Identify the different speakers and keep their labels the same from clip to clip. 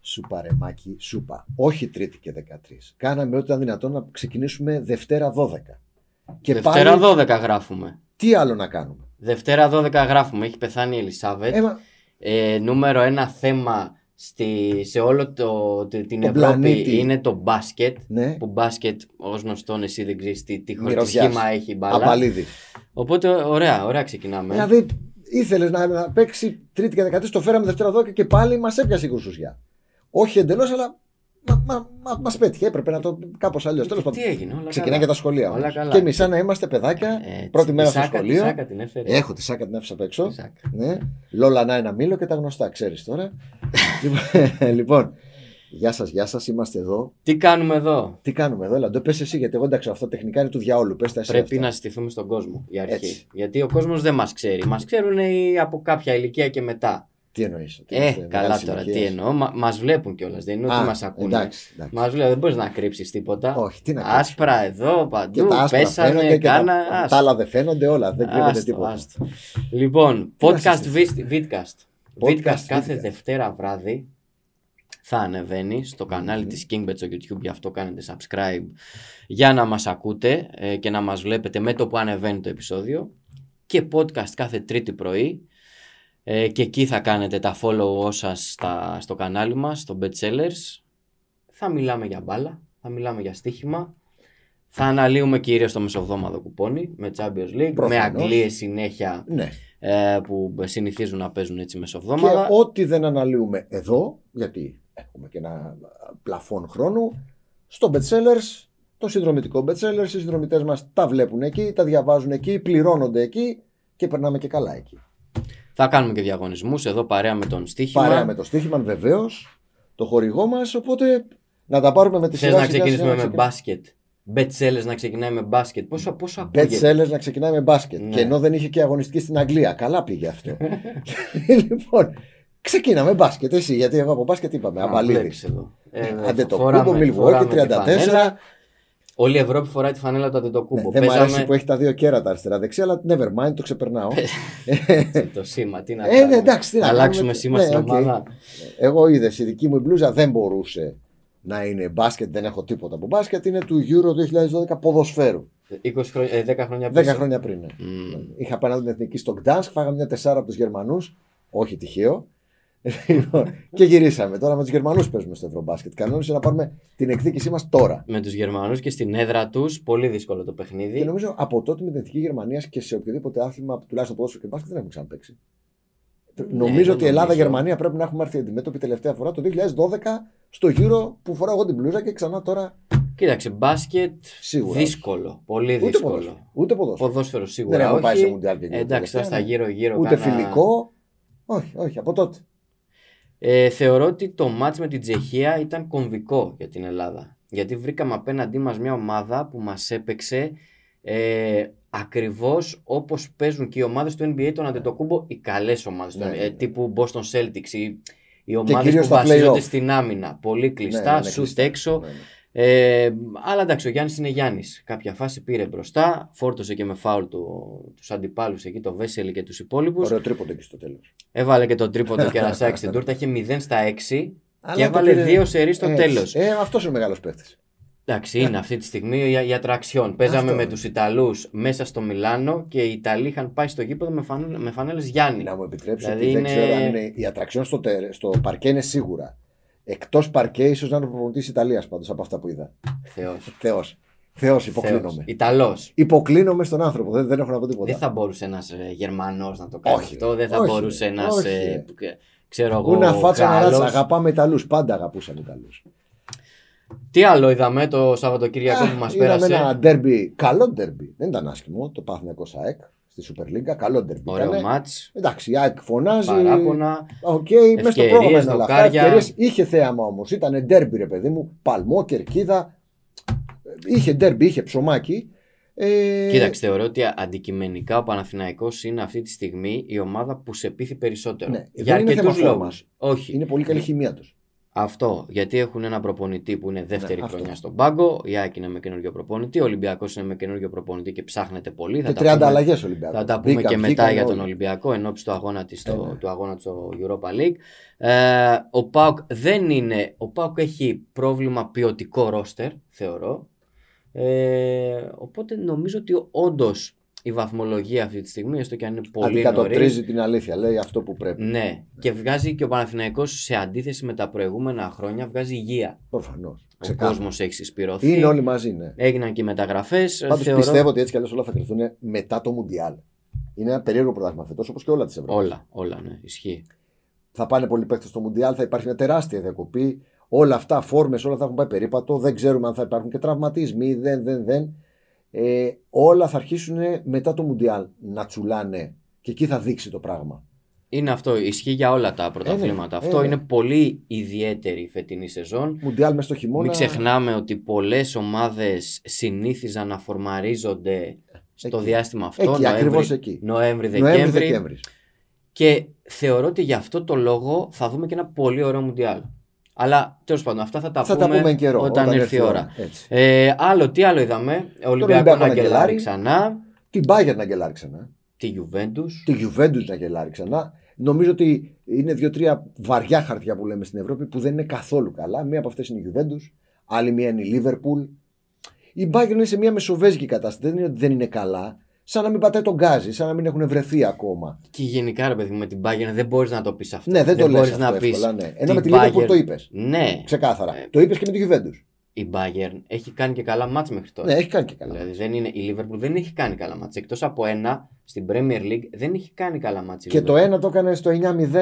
Speaker 1: Σούπα ρεμάκι, σούπα. Όχι Τρίτη και 13. Κάναμε ό,τι ήταν δυνατόν να ξεκινήσουμε Δευτέρα 12. Και
Speaker 2: Δευτέρα
Speaker 1: πάλι
Speaker 2: 12 γράφουμε.
Speaker 1: τι άλλο να κάνουμε.
Speaker 2: Δευτέρα 12 γράφουμε. Έχει πεθάνει η Ελισάβετ.
Speaker 1: Ε, μα-
Speaker 2: Ε, νούμερο ένα θέμα στη, σε όλο το, τε- την
Speaker 1: Τον
Speaker 2: Ευρώπη
Speaker 1: πλανήτη.
Speaker 2: είναι το μπάσκετ.
Speaker 1: ναι,
Speaker 2: Που μπάσκετ, ως γνωστόν, εσύ δεν ξέρεις τι, τι χρο- τι
Speaker 1: Μυρωδιάς.
Speaker 2: σχήμα έχει η μπάλα.
Speaker 1: απαλίδι.
Speaker 2: Οπότε, ωραία, ωραία ξεκινάμε.
Speaker 1: Δηλαδή ήθελες να, να παίξει Τρίτη και 13, το φέραμε Δευτέρα 12 και πάλι μας έπιασε η κουρσουζιά. Όχι εντελώς, αλλά μα, μα, μα, μας πέτυχε. Έπρεπε να το κάπως αλλιώς. Τέλος πάντων.
Speaker 2: Ε, τι έγινε, όλα
Speaker 1: Ξεκινάει και τα σχολεία.
Speaker 2: Όλα
Speaker 1: μας.
Speaker 2: καλά.
Speaker 1: Και εμείς σαν να είμαστε παιδάκια,
Speaker 2: Ε,
Speaker 1: πρώτη
Speaker 2: τη
Speaker 1: μέρα στο
Speaker 2: Σάκα, τη
Speaker 1: σχολείο.
Speaker 2: Σάκα την έφερε.
Speaker 1: Έχω τη σάκα την άφησα απ' έξω.
Speaker 2: Τη Σάκα.
Speaker 1: Ναι. Λόλα να ένα μήλο και τα γνωστά, ξέρεις τώρα. Λοιπόν, λοιπόν, γεια σας, γεια σας, είμαστε εδώ.
Speaker 2: Τι κάνουμε εδώ.
Speaker 1: Τι κάνουμε εδώ, Λαντό, πες εσύ, γιατί εγώ εντάξει, αυτά τεχνικά είναι του διαόλου. Πες τα εσύ.
Speaker 2: Πρέπει
Speaker 1: αυτά.
Speaker 2: να στηθούμε στον κόσμο η αρχή.
Speaker 1: Έτσι.
Speaker 2: Γιατί ο κόσμος δεν μας ξέρει. Μας ξέρουν οι από κάποια ηλικία και μετά.
Speaker 1: Τι εννοείς.
Speaker 2: Ε, καλά τώρα, τι εννοώ. Μα βλέπουν κιόλας. Δεν είναι ότι μας ακούνε.
Speaker 1: Εντάξει, εντάξει.
Speaker 2: Μας βλέπουν, δεν μπορείς να κρύψεις τίποτα.
Speaker 1: Όχι, τι να κάνεις.
Speaker 2: Άσπρα εδώ,
Speaker 1: Και
Speaker 2: παντού.
Speaker 1: τα άσπρα φαίνονται
Speaker 2: Πέσανε,
Speaker 1: και τα-
Speaker 2: κάνα.
Speaker 1: τα,
Speaker 2: άστο.
Speaker 1: άλλα δεν φαίνονται όλα, δεν κρύβεται
Speaker 2: Άστο,
Speaker 1: τίποτα.
Speaker 2: άστο. Λοιπόν,
Speaker 1: να
Speaker 2: podcast
Speaker 1: συζητήσουμε.
Speaker 2: vid- vidcast.
Speaker 1: Podcast
Speaker 2: Vidcast κάθε
Speaker 1: vidcast.
Speaker 2: Δευτέρα βράδυ θα ανεβαίνει στο κανάλι
Speaker 1: Μμμ.
Speaker 2: της Kingbet στο YouTube, γι' αυτό κάνετε subscribe για να μας ακούτε ε, και να μας βλέπετε με το που ανεβαίνει το επεισόδιο και podcast κάθε τρίτη πρωί ε, και εκεί θα κάνετε τα follow σας στα, στο κανάλι μας, στο Bet Sellers. Θα μιλάμε για μπάλα, θα μιλάμε για στοίχημα. Θα αναλύουμε κυρίως το μεσοβδόμαδο κουπόνι με Champions League, με
Speaker 1: Προφανώς.
Speaker 2: Αγγλίες συνέχεια
Speaker 1: Ναι.
Speaker 2: ε, που συνηθίζουν να παίζουν έτσι
Speaker 1: Και
Speaker 2: μεσοβδόμαδα.
Speaker 1: ό,τι δεν αναλύουμε εδώ, γιατί έχουμε και ένα πλαφόν χρόνου, στο bestsellers, το συνδρομητικό bestsellers, οι συνδρομητές μας τα βλέπουν εκεί, τα διαβάζουν εκεί, πληρώνονται εκεί και περνάμε και καλά εκεί.
Speaker 2: Θα κάνουμε και διαγωνισμούς εδώ παρέα με τον στοίχημα.
Speaker 1: Παρέα με το στοίχημα, βεβαίως, το χορηγό μας, οπότε να τα πάρουμε με τη
Speaker 2: Θες
Speaker 1: σειρά
Speaker 2: να ξεκινήσουμε με
Speaker 1: ξεκινήσουμε.
Speaker 2: μπάσκετ. Bet sellers να ξεκινάει με μπάσκετ. Πόσο, πόσο
Speaker 1: Bet
Speaker 2: ακούγεται.
Speaker 1: sellers να ξεκινάει με μπάσκετ.
Speaker 2: Ναι.
Speaker 1: Και ενώ δεν είχε και αγωνιστική στην Αγγλία. Καλά πήγε αυτό. λοιπόν, ξεκίναμε μπάσκετ. Εσύ, γιατί εγώ από μπάσκετ είπαμε.
Speaker 2: Να
Speaker 1: Αμπαλίδη.
Speaker 2: βλέπεις εδώ. Ε,
Speaker 1: Αντε Ναι, το
Speaker 2: φοράμε-
Speaker 1: κούμπο, Μιλβουόκι
Speaker 2: φοράμε
Speaker 1: 34.
Speaker 2: τη φανέλα. Όλη η Ευρώπη φοράει τη φανέλα του Αντετοκούμπο.
Speaker 1: Ναι, δεν μου αρέσει
Speaker 2: Παίζαμε
Speaker 1: που έχει τα δύο κέρατα αριστερά-δεξιά, αλλά never mind, το ξεπερνάω.
Speaker 2: το σήμα. Τι να
Speaker 1: Ε,
Speaker 2: κάνουμε.
Speaker 1: ναι, εντάξει, τι να
Speaker 2: Θα αλλάξουμε
Speaker 1: κάνουμε.
Speaker 2: σήμα
Speaker 1: Ναι,
Speaker 2: στην
Speaker 1: οκ.
Speaker 2: ομάδα.
Speaker 1: Εγώ είδε, η δική μου μπλούζα δεν μπορούσε να είναι μπάσκετ, δεν έχω τίποτα από μπάσκετ. Είναι του Euro 2012 ποδοσφαίρου.
Speaker 2: 20 χρόνια, ε, 10 χρόνια
Speaker 1: 10
Speaker 2: πίσω.
Speaker 1: χρόνια πριν. ναι.
Speaker 2: Μμμ.
Speaker 1: Είχα απέναντι την εθνική στο Gdansk, φάγαμε μια τεσσάρα από τους Γερμανούς. Όχι τυχαίο. Λοιπόν, και γυρίσαμε. Τώρα με τους Γερμανούς παίζουμε στο Ευρωμπάσκετ. Κανόνισε να πάρουμε την εκδίκησή μας τώρα.
Speaker 2: Με τους Γερμανούς και στην έδρα τους. Πολύ δύσκολο το παιχνίδι.
Speaker 1: Και νομίζω από τότε με την εθνική Γερμανίας και σε οποιοδήποτε άθλημα, τουλάχιστον ποδόσφαιρο και μπάσκετ, δεν έχουμε ξαναπέξει. νομίζω
Speaker 2: δεν
Speaker 1: ότι η
Speaker 2: Ναι, νομίζω.
Speaker 1: Ελλάδα-Γερμανία πρέπει να έχουμε έρθει αντιμέτωπη τελευταία φορά το 2012 στο γύρο που φοράω εγώ την μπλούζα και ξανά τώρα
Speaker 2: Κοίταξε, μπάσκετ
Speaker 1: Σίγουρα.
Speaker 2: δύσκολο. Πολύ
Speaker 1: ούτε
Speaker 2: δύσκολο.
Speaker 1: ποδόσφαιρο. Ούτε ποδόσφαιρο.
Speaker 2: Ποδόσφαιρο
Speaker 1: Δεν
Speaker 2: σίγουρα
Speaker 1: έχω πάει σε
Speaker 2: όχι.
Speaker 1: Μουντιάλ και
Speaker 2: Ε,
Speaker 1: γύρω
Speaker 2: Εντάξει, τώρα στα
Speaker 1: τελευταία, ναι.
Speaker 2: γύρω-γύρω.
Speaker 1: Ούτε
Speaker 2: κάνα-
Speaker 1: φιλικό. Όχι, όχι, από τότε.
Speaker 2: Ε, θεωρώ ότι το μάτς με την Τσεχία ήταν κομβικό για την Ελλάδα. Γιατί βρήκαμε απέναντί μας μια ομάδα που μας έπαιξε ε, ακριβώς όπως παίζουν και οι ομάδες του NBA τον Αντετοκούμπο, οι καλές ομάδες
Speaker 1: Ναι,
Speaker 2: του,
Speaker 1: ναι,
Speaker 2: ε,
Speaker 1: ναι.
Speaker 2: τύπου Boston Celtics, οι, οι ομάδες
Speaker 1: κυρίως
Speaker 2: που
Speaker 1: στα
Speaker 2: βασίζονται
Speaker 1: play-off.
Speaker 2: στην άμυνα. Πολύ
Speaker 1: Ναι, ναι,
Speaker 2: κλειστά,
Speaker 1: ναι,
Speaker 2: σουτ
Speaker 1: κλειστά.
Speaker 2: έξω.
Speaker 1: Ναι, ναι.
Speaker 2: Ε, αλλά εντάξει, ο Γιάννης είναι Γιάννης. Κάποια φάση πήρε μπροστά, φόρτωσε και με φάουλ του αντιπάλους εκεί, το Βέσελη και τους υπόλοιπους.
Speaker 1: Ωραίο τρίποντο εκεί στο τέλος.
Speaker 2: Έβαλε και το τρίποντο κερασάκι στην τούρτα, είχε 0 στα 6 και έβαλε δύο σερί στο τέλος.
Speaker 1: Ε, αυτός είναι ο μεγάλος παίκτης.
Speaker 2: Εντάξει, είναι αυτή τη στιγμή για, για τραξιόν. Παίζαμε
Speaker 1: Αυτό
Speaker 2: με
Speaker 1: είναι.
Speaker 2: τους Ιταλούς μέσα στο Μιλάνο και οι Ιταλοί είχαν πάει στο γήπεδο με, φανέλ, με φανέλες Γιάννη.
Speaker 1: Να μου επιτρέψει
Speaker 2: Δηλαδή
Speaker 1: ότι δεν
Speaker 2: είναι-
Speaker 1: ξέρω αν είναι. Η ατραξιόν στο, τε- στο παρκέ είναι σίγουρα. Εκτός παρκέ, ίσως να είναι ο προπονητής Ιταλίας πάντως από αυτά που είδα.
Speaker 2: Θεός.
Speaker 1: Θεός. Θεός, υποκλίνομαι.
Speaker 2: Ιταλός.
Speaker 1: Υποκλίνομαι στον άνθρωπο. Δεν, δεν έχω να πω
Speaker 2: Δεν
Speaker 1: τίποτα.
Speaker 2: θα μπορούσε ένας Γερμανός να το κάνει
Speaker 1: Όχι,
Speaker 2: αυτό. Δεν θα
Speaker 1: όχι,
Speaker 2: μπορούσε ένας.
Speaker 1: όχι.
Speaker 2: ε, Ξέρω εγώ.
Speaker 1: Κούνα φάτσα να ράτσα.
Speaker 2: Γάλλος.
Speaker 1: Αγαπάμε Ιταλούς. Πάντα αγαπούσαμε Ιταλούς.
Speaker 2: Τι άλλο είδαμε το Σαββατοκύριακο που μας πέρασε.
Speaker 1: ένα ντέρμπι. Καλό ντέρμπι. Δεν ήταν άσχημο. Το Παθηνακό ΣΑΕΚ στη Super League. Καλό ντέρμπι.
Speaker 2: Ωραίο
Speaker 1: ήταν.
Speaker 2: μάτ.
Speaker 1: Εντάξει, η ΑΕΚ φωνάζει.
Speaker 2: Παράπονα.
Speaker 1: Οκ, μέσα στο
Speaker 2: Ευκαιρίες,
Speaker 1: πρόγραμμα είναι όλα αυτά.
Speaker 2: δοκάρια.
Speaker 1: Ευκαιρίες. Είχε θέαμα όμως. Ήταν ντέρμπι, ρε παιδί μου. Παλμό, κερκίδα. Είχε ντέρμπι, είχε ψωμάκι. Ε,
Speaker 2: Κοίταξε, θεωρώ ότι αντικειμενικά ο Παναθηναϊκός είναι αυτή τη στιγμή η ομάδα που σε πείθει περισσότερο.
Speaker 1: Ναι, δεν
Speaker 2: Για
Speaker 1: είναι θέμα
Speaker 2: αρκετούς λόγου.
Speaker 1: φόρμας.
Speaker 2: Όχι.
Speaker 1: Είναι πολύ καλή χημεία τους.
Speaker 2: Αυτό. Γιατί έχουν ένα προπονητή που είναι δεύτερη
Speaker 1: Ναι, αυτό.
Speaker 2: χρονιά στον πάγκο. Η Άκη είναι με καινούριο προπονητή. Ο Ολυμπιακός είναι με καινούριο προπονητή και ψάχνεται πολύ.
Speaker 1: Και
Speaker 2: Θα
Speaker 1: 30
Speaker 2: πούμε-
Speaker 1: αλλαγές Ολυμπιακός.
Speaker 2: θα τα πούμε και μετά για τον Ολυμπιακό εν ώψη του αγώνα, της,
Speaker 1: Ε,
Speaker 2: στο-
Speaker 1: ναι.
Speaker 2: του αγώνα του Europa League. Ε, ο ΠΑΟΚ δεν είναι. Ο ΠΑΟΚ έχει πρόβλημα ποιοτικό ρόστερ, θεωρώ. Ε, οπότε νομίζω ότι όντως η βαθμολογία αυτή τη στιγμή, έστω και αν είναι πολύ νωρίς,
Speaker 1: Αντικατοπτρίζει την αλήθεια. Λέει αυτό που πρέπει.
Speaker 2: ναι, και βγάζει και ο Παναθηναϊκός σε αντίθεση με τα προηγούμενα χρόνια, βγάζει υγεία.
Speaker 1: Προφανώς.
Speaker 2: Ο κόσμος έχει συσπηρωθεί.
Speaker 1: Είναι όλοι μαζί, ναι.
Speaker 2: Έγιναν και μεταγραφές.
Speaker 1: Πάντως πιστεύω ότι έτσι κι αλλιώς όλα θα κρυφθούν μετά το Μουντιάλ. Είναι ένα περίεργο πρωτάθλημα φέτος όπως και όλα της Ευρώπης.
Speaker 2: Όλα, όλα, ναι, ισχύει.
Speaker 1: Θα πάνε πολλοί παίκτες στο Μουντιάλ, θα υπάρχει μια τεράστια διακοπή. Όλα αυτά, φόρμες, όλα θα έχουν πάει περίπατο. Δεν ξέρουμε αν θα υπάρχουν και τραυματισμοί. Δεν, δεν, δεν. Ε, όλα θα αρχίσουν μετά το Μουντιάλ να τσουλάνε. Και εκεί θα δείξει το πράγμα.
Speaker 2: Είναι αυτό, ισχύει για όλα τα πρωταθλήματα.
Speaker 1: Ε, ναι,
Speaker 2: αυτό
Speaker 1: ε, ναι.
Speaker 2: είναι πολύ ιδιαίτερη η φετινή σεζόν.
Speaker 1: Μουντιάλ μέσα στο χειμώνα.
Speaker 2: Μην ξεχνάμε ότι πολλές ομάδες συνήθιζαν να φορμαρίζονται στο
Speaker 1: Εκεί.
Speaker 2: διάστημα αυτό.
Speaker 1: Εκεί, ακριβώ
Speaker 2: Νοέμβρη,
Speaker 1: εκεί.
Speaker 2: Νοέμβρη,
Speaker 1: ε, Νοέμβρη,
Speaker 2: Δεκέμβρη.
Speaker 1: Δεκέμβρη.
Speaker 2: Και θεωρώ ότι γι' αυτό το λόγο θα δούμε και ένα πολύ ωραίο Μουντιάλ. Αλλά τέλος πάντων, αυτά θα τα,
Speaker 1: Θα τα πούμε εν καιρό.
Speaker 2: όταν, έρθει η ώρα.
Speaker 1: Έτσι.
Speaker 2: Ε, άλλο, τι άλλο είδαμε. Ο
Speaker 1: Ολυμπιακό
Speaker 2: Ολυμπιακό να
Speaker 1: να
Speaker 2: γκελάρει
Speaker 1: γκελάρει.
Speaker 2: ξανά.
Speaker 1: Την Bayern να γελάρει ξανά.
Speaker 2: Τη Juventus.
Speaker 1: Τη Juventus να γελάρει ξανά. Νομίζω ότι είναι δύο-τρία βαριά χαρτιά που λέμε στην Ευρώπη που δεν είναι καθόλου καλά. Μία από αυτές είναι η Juventus, άλλη μία είναι η Liverpool. Η Bayern είναι σε μία μεσοβέζικη κατάσταση. Δεν είναι ότι δεν είναι καλά. Σαν να μην πατάει τον γκάζι, σαν να μην έχουν βρεθεί ακόμα.
Speaker 2: Και γενικά, ρε παιδί μου, με την Bayern δεν μπορείς να το πεις αυτό.
Speaker 1: Ναι, δεν, το λες
Speaker 2: μπορείς
Speaker 1: αυτό
Speaker 2: να πεις
Speaker 1: εύκολα. Ναι. Ενώ με τη
Speaker 2: Bayern-
Speaker 1: Liverpool το είπες.
Speaker 2: Ναι,
Speaker 1: Ξεκάθαρα.
Speaker 2: Ε.
Speaker 1: Το είπες και με τη Juventus.
Speaker 2: η Bayern έχει κάνει και καλά μάτς μέχρι τώρα.
Speaker 1: Ναι, έχει κάνει και καλά.
Speaker 2: Δηλαδή δεν είναι, η Liverpool δεν έχει κάνει καλά μάτς. Εκτός από ένα στην Premier League δεν έχει κάνει καλά μάτς. η
Speaker 1: Και το
Speaker 2: Liverpool.
Speaker 1: ένα το έκανε στο 9-0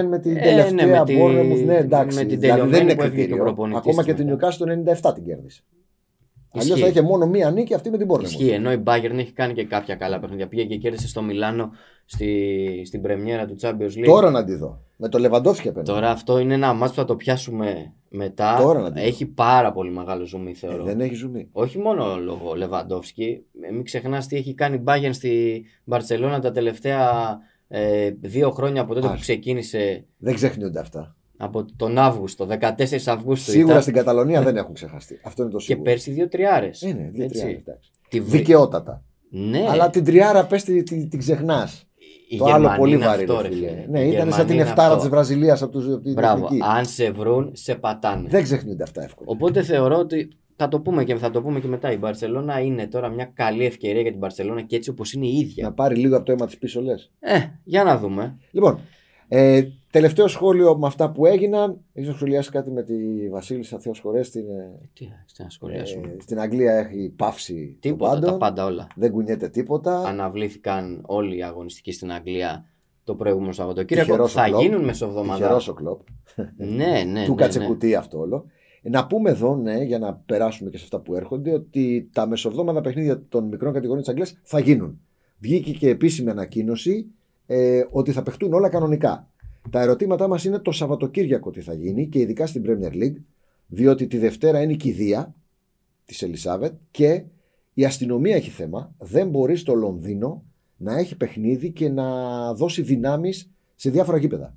Speaker 1: με την
Speaker 2: Ε,
Speaker 1: τελευταία
Speaker 2: ναι, με
Speaker 1: ναι,
Speaker 2: τη-
Speaker 1: Ναι, εντάξει.
Speaker 2: με την
Speaker 1: δηλαδή δεν είναι
Speaker 2: τελειωμένη που έφυγε και ο
Speaker 1: κριτήριο.
Speaker 2: προπονητής
Speaker 1: Ακόμα
Speaker 2: της
Speaker 1: και την
Speaker 2: μετά.
Speaker 1: Newcastle το 97 την κέρδισε. Αλλιώ
Speaker 2: Ισχύει.
Speaker 1: θα είχε μόνο μία νίκη αυτή με την Bournemouth.
Speaker 2: Ισχύει, ενώ η Bayern έχει κάνει και κάποια καλά παιχνίδια. Πήγε και κέρδισε στο Μιλάνο στη, στην πρεμιέρα του Champions League.
Speaker 1: Τώρα να τη δω. Με το Λεβαντόφσκι απέναντι.
Speaker 2: Τώρα αυτό είναι ένα μάτς που θα το πιάσουμε μετά.
Speaker 1: Τώρα να τη δω.
Speaker 2: έχει πάρα πολύ μεγάλο ζουμί θεωρώ.
Speaker 1: Ε, δεν έχει ζουμί.
Speaker 2: Όχι μόνο λόγω Λεβαντόφσκι. Ε, Μην ξεχνάς τι έχει κάνει η Bayern στη Μπαρσελόνα τα τελευταία ε, δύο χρόνια από τότε που
Speaker 1: Ας.
Speaker 2: ξεκίνησε
Speaker 1: Δεν ξεχνιούνται αυτά.
Speaker 2: από τον Αύγουστο, 14 Αυγούστου.
Speaker 1: Σίγουρα
Speaker 2: ήταν,
Speaker 1: στην Καταλωνία δεν έχουν ξεχαστεί. Αυτό είναι το
Speaker 2: Και
Speaker 1: σίγουρο.
Speaker 2: πέρσι δύο τριάρες.
Speaker 1: Ε, ναι, δύο τριάρα, εντάξει.
Speaker 2: Τη βρή-
Speaker 1: Δικαιότατα.
Speaker 2: Ναι,
Speaker 1: Αλλά την τριάρα πες τη, τη, την ξεχνάς.
Speaker 2: η
Speaker 1: Το
Speaker 2: Γερμανία
Speaker 1: άλλο πολύ
Speaker 2: είναι
Speaker 1: βαρύ.
Speaker 2: αυτό,
Speaker 1: ρε φίλε.
Speaker 2: φίλε.
Speaker 1: Ναι,
Speaker 2: Η
Speaker 1: ήταν σαν την
Speaker 2: Γερμανία είναι
Speaker 1: 7
Speaker 2: αυτό.
Speaker 1: της Βραζιλίας από τους- από την
Speaker 2: Μπράβο. ναι.
Speaker 1: Εθνική.
Speaker 2: Αν σε βρουν, σε πατάνε.
Speaker 1: Δεν ξεχνιούνται αυτά εύκολα.
Speaker 2: Οπότε θεωρώ ότι θα το πούμε και θα το πούμε και μετά. Η Μπαρσελόνα είναι τώρα μια καλή ευκαιρία για την Μπαρσελόνα και έτσι όπως είναι η ίδια.
Speaker 1: Να πάρει λίγο από το αίμα της πίσω λες.
Speaker 2: Ε, για να δούμε.
Speaker 1: Λοιπόν, ε, τελευταίο σχόλιο με αυτά που έγιναν. Έχεις να σχολιάσει κάτι με τη Βασίλισσα Θεός Χωρές στην, ε,
Speaker 2: Τι τι να σχολιάσουμε.
Speaker 1: ε, στην Αγγλία. Έχει παύσει
Speaker 2: Τίποτα,
Speaker 1: το πάντων.
Speaker 2: τα πάντα όλα.
Speaker 1: Δεν κουνιέται τίποτα.
Speaker 2: Αναβλήθηκαν όλοι οι αγωνιστικοί στην Αγγλία το προηγούμενο Σαββατοκύριακο.
Speaker 1: Τυχερός ο
Speaker 2: Θα
Speaker 1: Κλοπ.
Speaker 2: γίνουν μεσοβδομάδα.
Speaker 1: Τυχερός ο κλοπ.
Speaker 2: Ναι, ναι.
Speaker 1: του
Speaker 2: ναι, ναι.
Speaker 1: κατσεκουτί αυτό όλο. Ε, Να πούμε εδώ, ναι, για να περάσουμε και σε αυτά που έρχονται, ότι τα μεσοβδόμαδα παιχνίδια των μικρών κατηγοριών της Αγγλίας θα γίνουν. Βγήκε και επίσημη ανακοίνωση ε, ότι θα παιχτούν όλα κανονικά. Τα ερωτήματά μας είναι το Σαββατοκύριακο τι θα γίνει και ειδικά στην Premier League, διότι τη Δευτέρα είναι η κηδεία της Ελισάβετ και η αστυνομία έχει θέμα. Δεν μπορεί στο Λονδίνο να έχει παιχνίδι και να δώσει δυνάμεις σε διάφορα γήπεδα.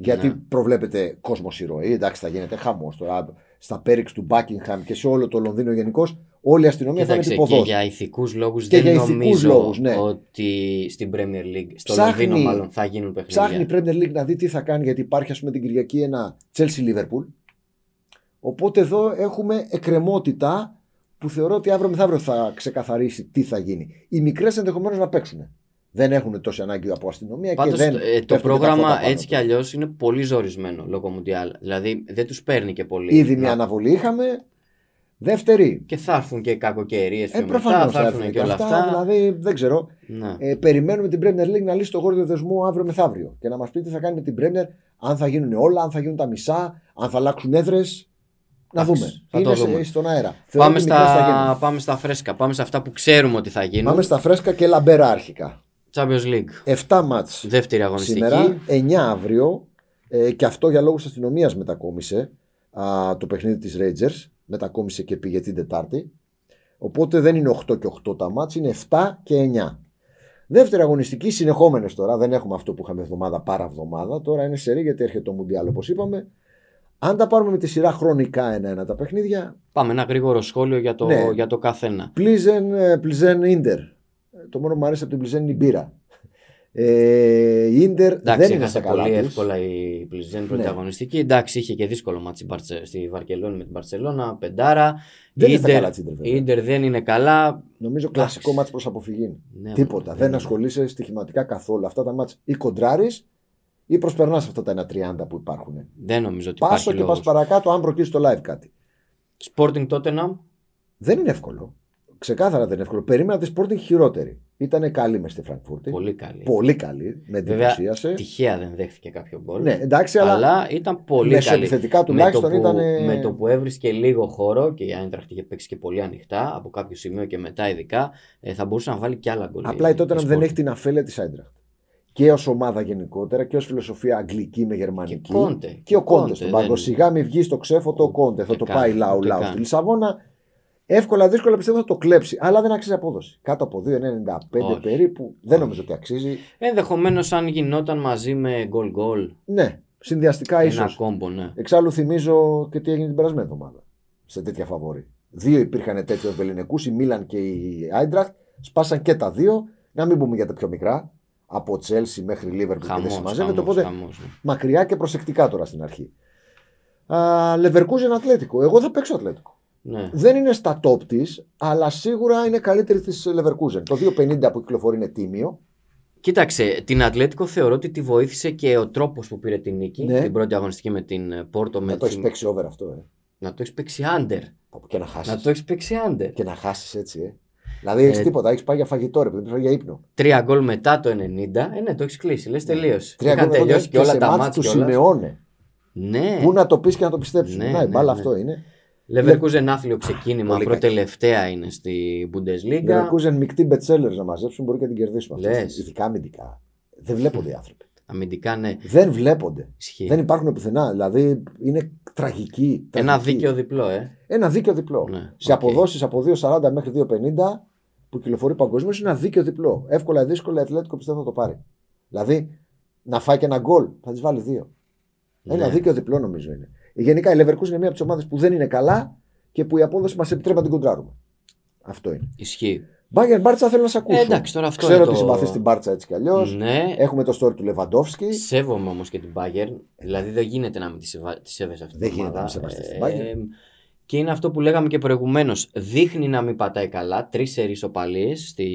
Speaker 1: Γιατί
Speaker 2: Ναι.
Speaker 1: προβλέπεται κόσμος ηρωή, εντάξει, θα γίνεται χαμός τώρα. Στα πέριξ του Buckingham και σε όλο το Λονδίνο γενικώ, όλη η αστυνομία θα είναι
Speaker 2: Κοίταξε, και
Speaker 1: τυποδό.
Speaker 2: για ηθικούς λόγους
Speaker 1: Και
Speaker 2: δεν
Speaker 1: για ηθικούς
Speaker 2: νομίζω
Speaker 1: λόγους, ναι.
Speaker 2: ότι στην Premier League, στο
Speaker 1: Ψάχνει-
Speaker 2: Λονδίνο μάλλον, θα γίνουν παιχνίδια.
Speaker 1: Ψάχνει η Premier League να δει τι θα κάνει, γιατί υπάρχει, ας πούμε, την Κυριακή ένα Chelsea Liverpool. Οπότε εδώ έχουμε εκκρεμότητα που θεωρώ ότι αύριο μεθαύριο θα ξεκαθαρίσει τι θα γίνει. Οι μικρές ενδεχομένως να παίξουν. Δεν έχουν τόση ανάγκη από αστυνομία
Speaker 2: Πάντως,
Speaker 1: και δεν.
Speaker 2: ε, το
Speaker 1: πέφτουν τα φώτα
Speaker 2: πρόγραμμα
Speaker 1: πάνω
Speaker 2: έτσι κι αλλιώς είναι πολύ ζορισμένο λόγω Μουντιάλ. Δηλαδή δεν τους παίρνει και πολύ.
Speaker 1: Ήδη
Speaker 2: να-
Speaker 1: μια αναβολή είχαμε. Δεύτερη.
Speaker 2: Και θα έρθουν και κακοκαιρίες
Speaker 1: Ε,
Speaker 2: πιο μετά,
Speaker 1: προφανώς
Speaker 2: θα έρθουν και όλα αυτά.
Speaker 1: Δηλαδή, δεν ξέρω.
Speaker 2: Ναι.
Speaker 1: Ε, περιμένουμε την Premier League να λύσει το γόρδιο δεσμό αύριο μεθαύριο και να μας πει τι θα κάνει με την Premier, αν θα γίνουν όλα, αν θα γίνουν τα μισά, αν θα αλλάξουν έδρες. Να
Speaker 2: Εντάξει,
Speaker 1: δούμε.
Speaker 2: θα το
Speaker 1: Είναι σε-
Speaker 2: δούμε.
Speaker 1: στον αέρα. Θεωρώ
Speaker 2: Πάμε,
Speaker 1: ότι οι μικρές θα
Speaker 2: στα...
Speaker 1: γίνουν.
Speaker 2: πάμε στα φρέσκα, πάμε σε αυτά που ξέρουμε ότι θα γίνουν.
Speaker 1: Πάμε στα φρέσκα και λαμπερά αρχικά.
Speaker 2: Champions League.
Speaker 1: 7 μάτς
Speaker 2: Δεύτερη αγωνιστική.
Speaker 1: σήμερα, 9 αύριο ε, και αυτό για λόγους αστυνομίας μετακόμισε α, το παιχνίδι της Rangers, μετακόμισε και πήγε την Τετάρτη. Οπότε δεν είναι 8 και 8 τα μάτς, είναι 7 και 9. Δεύτερη αγωνιστική, συνεχόμενες τώρα, δεν έχουμε αυτό που είχαμε εβδομάδα παρά εβδομάδα, τώρα είναι σερή γιατί έρχεται το Μουντιάλ όπως είπαμε. Αν τα πάρουμε με τη σειρά χρονικά ένα-ένα τα παιχνίδια,
Speaker 2: Πάμε ένα γρήγορο σχόλιο για το,
Speaker 1: Ναι.
Speaker 2: για το καθένα.
Speaker 1: Πλίζεν, ε, Πλιζέν Ίντερ. Το μόνο που μου αρέσει από την Πλιζέν είναι η μπύρα. Ε, η Ίντερ
Speaker 2: Εντάξει,
Speaker 1: δεν είναι
Speaker 2: έχασε
Speaker 1: στα καλά Ναι.
Speaker 2: πολύ
Speaker 1: της.
Speaker 2: εύκολα η Πλιζέν πρωταγωνιστική. Εντάξει, είχε και δύσκολο μάτσι στη Βαρκελόνη με την Μπαρσελόνα, πεντάρα.
Speaker 1: Δεν
Speaker 2: η
Speaker 1: είναι στα
Speaker 2: Ίντερ-
Speaker 1: καλά της Ίντερ,
Speaker 2: η
Speaker 1: βέβαια.
Speaker 2: Ίντερ δεν είναι καλά.
Speaker 1: Νομίζω κλασικό μάτς προς αποφυγή.
Speaker 2: Ναι,
Speaker 1: Τίποτα.
Speaker 2: μωρέ,
Speaker 1: δεν ασχολείσαι στοιχηματικά καθόλου. Αυτά τα μάτς ή κοντράρεις ή προσπερνάς αυτά τα 1.30 που υπάρχουν.
Speaker 2: Δεν νομίζω ότι
Speaker 1: Πάσο
Speaker 2: υπάρχει
Speaker 1: και πας
Speaker 2: λόγος.
Speaker 1: παρακάτω αν προκύψει το live κάτι.
Speaker 2: Sporting Tottenham.
Speaker 1: Δεν είναι εύκολο. Ξεκάθαρα δεν είναι εύκολο. Περίμενα τη Sporting χειρότερη. Ήταν καλή μες στη Φραγκφούρτη.
Speaker 2: Πολύ καλή.
Speaker 1: Πολύ καλή. Με
Speaker 2: Βέβαια,
Speaker 1: εντυπωσίασε.
Speaker 2: Τυχαία δεν δέχτηκε κάποιο γκολ.
Speaker 1: Ναι, εντάξει, αλλά,
Speaker 2: αλλά, ήταν πολύ καλή.
Speaker 1: μεσοεπιθετικά
Speaker 2: Με το,
Speaker 1: τουλάχιστον
Speaker 2: που,
Speaker 1: ήταν.
Speaker 2: με το που έβρισκε λίγο χώρο και η Άιντραχτ είχε παίξει και πολύ ανοιχτά από κάποιο σημείο και μετά ειδικά ε, θα μπορούσε να βάλει και άλλα γκολ.
Speaker 1: Απλά η Tottenham δεν
Speaker 2: Sporting.
Speaker 1: έχει την αφέλεια της Άιντραχτ. Και ως ομάδα γενικότερα και ως φιλοσοφία αγγλική με
Speaker 2: Και
Speaker 1: γερμανική.
Speaker 2: Κόντε.
Speaker 1: Και ο Κόντε στον
Speaker 2: δεν- Ε,
Speaker 1: πάγκο. Σιγά μην βγει στο ξέφωτο ο Κόντε. Θα
Speaker 2: Ούτε
Speaker 1: το
Speaker 2: καν,
Speaker 1: πάει λαού
Speaker 2: ούτε
Speaker 1: λαού
Speaker 2: καν.
Speaker 1: στη Λισαβόνα. Εύκολα, δύσκολα πιστεύω θα το κλέψει. Αλλά δεν αξίζει απόδοση. Κάτω από 2,95
Speaker 2: Όχι.
Speaker 1: περίπου. Δεν νομίζω ότι αξίζει.
Speaker 2: Ενδεχομένως αν γινόταν μαζί με γκολ γκολ.
Speaker 1: Ναι, συνδυαστικά ίσω.
Speaker 2: Ένα κόμπο, ναι.
Speaker 1: Εξάλλου θυμίζω και τι έγινε την περασμένη εβδομάδα. Σε τέτοια φαβόρη. Δύο υπήρχαν τέτοιου Βεληνικούς, η Μίλαν και η Άιντραχτ. Σπάσαν και τα δύο. Να μην πούμε για τα πιο μικρά. Από Τσέλσι μέχρι Λίβερπουλ και δεν
Speaker 2: Χαμός.
Speaker 1: συμμαζεύεται. Οπότε
Speaker 2: ναι.
Speaker 1: μακριά και προσεκτικά τώρα στην αρχή. Λεβερκούζεν Ατλέτικο. Εγώ θα παίξω Ατλέτικο.
Speaker 2: Ναι.
Speaker 1: Δεν είναι στα top της, αλλά σίγουρα είναι καλύτερη της Λεβερκούζεν. Το 2,50 που κυκλοφορεί είναι τίμιο.
Speaker 2: Κοίταξε, την Ατλέτικο θεωρώ ότι τη βοήθησε και ο τρόπος που πήρε την νίκη.
Speaker 1: Ναι.
Speaker 2: Την πρώτη αγωνιστική με την Πόρτο. Με
Speaker 1: Να το έχεις
Speaker 2: την-
Speaker 1: παίξει over αυτό, ε.
Speaker 2: Να το έχεις παίξει άντερ.
Speaker 1: Από και να χάσεις.
Speaker 2: Να το έχεις παίξει άντερ.
Speaker 1: Και να χάσεις έτσι, ε. Δηλαδή έχεις
Speaker 2: Ε,
Speaker 1: τίποτα, έχεις πάει για φαγητό, ρε παιδί, πήγες για ύπνο.
Speaker 2: Τρία γκολ μετά το 90. Ε, ναι, το έχεις κλείσει. Λες τελείωσε.
Speaker 1: Τρία
Speaker 2: Είχαν
Speaker 1: γκολ μετά
Speaker 2: τελειώσει και όλα
Speaker 1: σε
Speaker 2: τα
Speaker 1: μάτς
Speaker 2: μάτια.
Speaker 1: του Σιμεώνε.
Speaker 2: Ναι.
Speaker 1: Πού να το πεις και να το πιστέψεις.
Speaker 2: Ναι,
Speaker 1: να, η
Speaker 2: ναι,
Speaker 1: μπάλα
Speaker 2: ναι.
Speaker 1: αυτό είναι.
Speaker 2: Λεβερκούζεν άθλιο ξεκίνημα.
Speaker 1: Πολύ
Speaker 2: Προτελευταία είναι στη
Speaker 1: Η
Speaker 2: Bundesliga.
Speaker 1: Leverkusen μεικτή μπετσέλερ να μαζέψουν μπορεί και να την κερδίσουμε. αυτή τη
Speaker 2: Λες.
Speaker 1: στιγμή. Ειδικά αμυντικά. Δεν βλέπονται οι άνθρωποι.
Speaker 2: Αμυντικά, ναι.
Speaker 1: Δεν βλέπονται.
Speaker 2: Ισχύει.
Speaker 1: Δεν υπάρχουν πουθενά. Δηλαδή είναι τραγική.
Speaker 2: Ένα
Speaker 1: τραγική.
Speaker 2: δίκαιο διπλό, ε.
Speaker 1: Ένα δίκαιο διπλό.
Speaker 2: Ναι,
Speaker 1: σε
Speaker 2: οκ.
Speaker 1: αποδόσεις από 2,40 μέχρι 2,50 που κυκλοφορεί παγκοσμίως είναι ένα δίκαιο διπλό. Εύκολα ή δύσκολα η Ατλέτικο πιστεύω θα το πάρει. Δηλαδή να φάει και ένα γκολ θα της βάλει δύο. Ένα
Speaker 2: Ναι.
Speaker 1: δίκαιο διπλό νομίζω είναι. Γενικά η Leverkusen είναι μία από τις ομάδες που δεν είναι καλά και που η απόδοση μας επιτρέπει να την κοντράρουμε. Αυτό είναι.
Speaker 2: Ισχύει.
Speaker 1: Μπάγκερ Μπάρτσα θέλω να σε ακούσω.
Speaker 2: Ε, εντάξει, τώρα αυτό
Speaker 1: Ξέρω
Speaker 2: είναι
Speaker 1: ότι
Speaker 2: το-
Speaker 1: συμπαθείς την Μπάρτσα έτσι κι αλλιώς.
Speaker 2: Ναι,
Speaker 1: Έχουμε το story του Λεβαντόφσκι.
Speaker 2: Σέβομαι όμως και την Bayern. Δηλαδή δεν γίνεται να μην τη, σεβα... τη σέβεσαι αυτή
Speaker 1: Δεν
Speaker 2: την
Speaker 1: γίνεται να
Speaker 2: ομάδα.
Speaker 1: μην σεβαστείς την
Speaker 2: Ε,
Speaker 1: Bayern.
Speaker 2: και είναι αυτό που λέγαμε και προηγουμένως. Δείχνει να μην πατάει καλά. Τρεις ισοπαλίε στη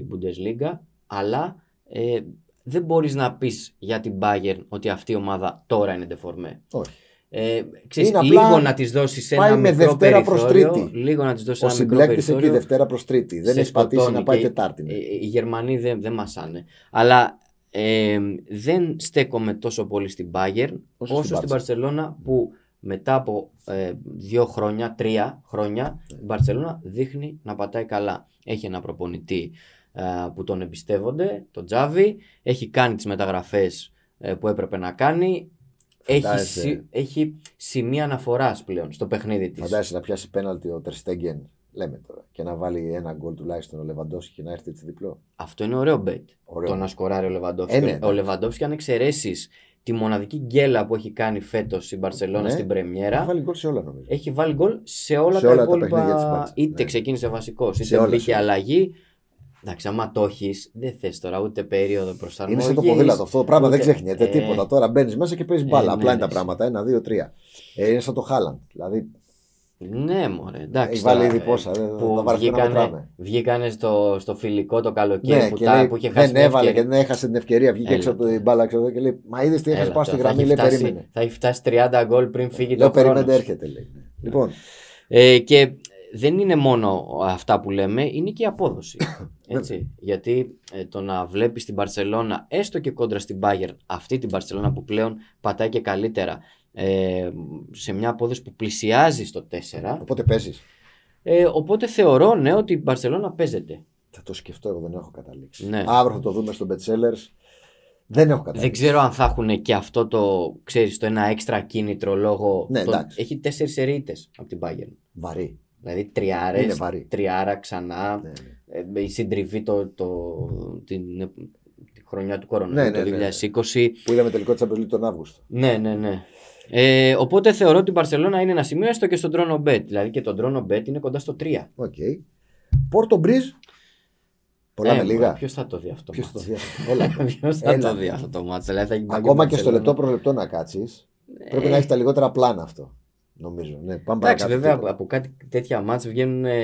Speaker 2: Bundesliga. Αλλά ε, δεν μπορείς να πεις για την Bayern ότι αυτή η ομάδα τώρα είναι ντεφορμέ.
Speaker 1: Όχι.
Speaker 2: Ε, ξέρεις,
Speaker 1: Είναι απλά-
Speaker 2: λίγο να της δώσεις ένα
Speaker 1: πάει με
Speaker 2: μικρό
Speaker 1: Δευτέρα προς
Speaker 2: περιθώριο.
Speaker 1: Τρίτη.
Speaker 2: Λίγο να της δώσεις
Speaker 1: Ο
Speaker 2: ένα μικρό
Speaker 1: συμπλέκτη εκεί
Speaker 2: περιθώριο.
Speaker 1: Δευτέρα προς Τρίτη. Δεν
Speaker 2: σε
Speaker 1: έχει πατήσει να
Speaker 2: σκοτώνει
Speaker 1: πάει
Speaker 2: και-
Speaker 1: Τετάρτη. ναι.
Speaker 2: Ε, οι Γερμανοί δεν, δεν μασάνε. Αλλά ε, δεν στέκομαι τόσο πολύ στην Bayern
Speaker 1: Όσο
Speaker 2: όσο,
Speaker 1: στην
Speaker 2: στην Barcelona που μετά από ε, δύο χρόνια, τρία χρόνια, η Barcelona δείχνει να πατάει καλά. Έχει ένα προπονητή ε, που τον εμπιστεύονται, τον Τζάβι, έχει κάνει τις μεταγραφές ε, που έπρεπε να κάνει, έχει,
Speaker 1: Φαντάζεσαι.
Speaker 2: σι- έχει σημεία αναφοράς πλέον στο παιχνίδι της.
Speaker 1: Φαντάζεσαι να πιάσει πέναλτι ο Τερστέγγεν. Λέμε τώρα. Και να βάλει ένα γκολ τουλάχιστον ο Λεβαντόφσκι και να έρθει έτσι διπλό.
Speaker 2: Αυτό είναι ωραίο bet.
Speaker 1: Ωραίο.
Speaker 2: Το να σκοράρει ο Λεβαντόφσκι.
Speaker 1: Ε, ναι.
Speaker 2: Ο Λεβαντόφσκι, αν εξαιρέσεις τη μοναδική γκέλα που έχει κάνει φέτος η Μπαρσελόνα
Speaker 1: Ναι.
Speaker 2: στην Πρεμιέρα,
Speaker 1: Έχει βάλει γκολ σε όλα νομίζω.
Speaker 2: έχει βάλει γκολ σε όλα
Speaker 1: Σε
Speaker 2: τα
Speaker 1: όλα τα
Speaker 2: υπόλοιπα.
Speaker 1: παιχνίδια της Μπάρτσα.
Speaker 2: είτε
Speaker 1: Ναι.
Speaker 2: ξεκίνησε βασικός,
Speaker 1: Σε ναι.
Speaker 2: είτε
Speaker 1: όλα, σε
Speaker 2: μπήκε
Speaker 1: όλα.
Speaker 2: αλλαγή. Εντάξει, άμα το έχεις, δεν θες τώρα ούτε περίοδο προσαρμογής.
Speaker 1: Είναι σαν το ποδήλατο αυτό το πράγμα,
Speaker 2: ούτε-
Speaker 1: δεν ξέχνιεται
Speaker 2: ε,
Speaker 1: τίποτα. Τώρα μπαίνεις μέσα και παίζεις
Speaker 2: ε,
Speaker 1: μπάλα.
Speaker 2: ναι,
Speaker 1: Απλά είναι τα
Speaker 2: ναι.
Speaker 1: πράγματα. Ένα, δύο, τρία. Ε, είναι σαν το Χάλαντ. Δηλαδή
Speaker 2: Ναι, μωρέ, εντάξει.
Speaker 1: έχει βάλει
Speaker 2: τώρα,
Speaker 1: ήδη
Speaker 2: ε,
Speaker 1: πόσα. Δεν θα
Speaker 2: Που
Speaker 1: βάλει να μετράμε.
Speaker 2: βγήκανε, βγήκανε στο, στο φιλικό το καλοκαίρι
Speaker 1: Ναι,
Speaker 2: που,
Speaker 1: και
Speaker 2: τα-
Speaker 1: λέει,
Speaker 2: που είχε χάσει
Speaker 1: δεν
Speaker 2: την
Speaker 1: έβαλε και
Speaker 2: ευκαιρία.
Speaker 1: δεν έχασε την ευκαιρία. Βγήκε
Speaker 2: Έλα
Speaker 1: έξω από
Speaker 2: τώρα.
Speaker 1: την μπάλα ξέρω, και λέει Μα είδες τι έχασε
Speaker 2: Έλα
Speaker 1: πάνω στη
Speaker 2: τώρα, θα
Speaker 1: γραμμή.
Speaker 2: έχει
Speaker 1: Λέει
Speaker 2: φτάσει-
Speaker 1: περίμενε.
Speaker 2: Θα έχει φτάσει 30 γκολ πριν φύγει
Speaker 1: Λέω
Speaker 2: το χρόνο.
Speaker 1: περίμενε, έρχεται λέει. Λοιπόν,
Speaker 2: Ε, και δεν είναι μόνο αυτά που λέμε, είναι και η απόδοση. Έτσι. Γιατί ε, το να βλέπεις την Παρσελώνα, έστω και κόντρα στην Bayern, αυτή την Παρσελώνα που πλέον πατάει και καλύτερα, ε, σε μια απόδοση που πλησιάζει στο 4.
Speaker 1: οπότε παίζεις.
Speaker 2: Ε, οπότε θεωρώ ναι ότι η Μπαρσελόνα παίζεται.
Speaker 1: Θα το σκεφτώ, εγώ δεν έχω καταλήξει.
Speaker 2: Ναι.
Speaker 1: Αύριο θα το δούμε στο bestsellers. Δεν έχω καταλήξει.
Speaker 2: Δεν ξέρω αν θα έχουν και αυτό το, ξέρεις, το ένα έξτρα κίνητρο λόγω.
Speaker 1: Ναι,
Speaker 2: των-
Speaker 1: εντάξει.
Speaker 2: Έχει τέσσερις ερείτε από την Bayern.
Speaker 1: Βαρύ.
Speaker 2: Δηλαδή
Speaker 1: Είναι
Speaker 2: τριάρες,
Speaker 1: βαρύ.
Speaker 2: τριάρα ξανά.
Speaker 1: Ναι, ναι.
Speaker 2: Ε, η συντριβή το, το, την, τη χρονιά του κορονοϊού,
Speaker 1: Ναι,
Speaker 2: το
Speaker 1: ναι, ναι, ναι.
Speaker 2: 2020.
Speaker 1: Που είδαμε τελικό Champions League τον Αύγουστο.
Speaker 2: Ναι, ναι, ναι. Ε, οπότε θεωρώ ότι η Μπαρσελόνα είναι ένα σημείο έστω και στον τρόνο bet. Δηλαδή και τον τρόνο bet είναι κοντά στο 3.
Speaker 1: Οκ. Πόρτο Μπριζ.
Speaker 2: Ε,
Speaker 1: Πολλά με λίγα.
Speaker 2: Ποιος θα το δει αυτό.
Speaker 1: Ποιο το διάθεσε. Όλα. αυτά.
Speaker 2: Ποιος θα
Speaker 1: Έλα.
Speaker 2: το δει αυτό το μάτσο. Δηλαδή θα έχει μπει
Speaker 1: Ακόμα
Speaker 2: η
Speaker 1: και στο
Speaker 2: Barcelona.
Speaker 1: λεπτό προ λεπτό να κάτσεις. Πρέπει να έχει τα λιγότερα πλάνα αυτό. Νομίζω. Ναι, πάμε
Speaker 2: Ε. Εντάξει,
Speaker 1: παρακάτω.
Speaker 2: βέβαια από, από κάτι τέτοια μάτς βγαίνουν. Ε...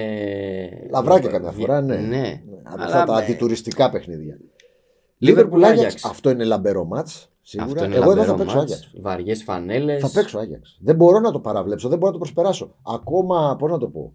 Speaker 1: Λαβράκια
Speaker 2: βγα-
Speaker 1: καμιά φορά, ναι.
Speaker 2: ναι.
Speaker 1: Ναι, Από
Speaker 2: Αλλά
Speaker 1: αυτά τα
Speaker 2: με-
Speaker 1: αντιτουριστικά παιχνίδια.
Speaker 2: Liverpool
Speaker 1: Liverpool Ajax.
Speaker 2: Ajax.
Speaker 1: Αυτό είναι λαμπερό μάτ. Σίγουρα.
Speaker 2: Αυτό είναι
Speaker 1: Εγώ εδώ
Speaker 2: λαμπερό
Speaker 1: θα παίξω
Speaker 2: μάτς.
Speaker 1: Ajax.
Speaker 2: Βαριές φανέλες.
Speaker 1: Θα παίξω Άγιαξ. Δεν μπορώ να το παραβλέψω, δεν μπορώ να το προσπεράσω. Ακόμα, πώς να το πω.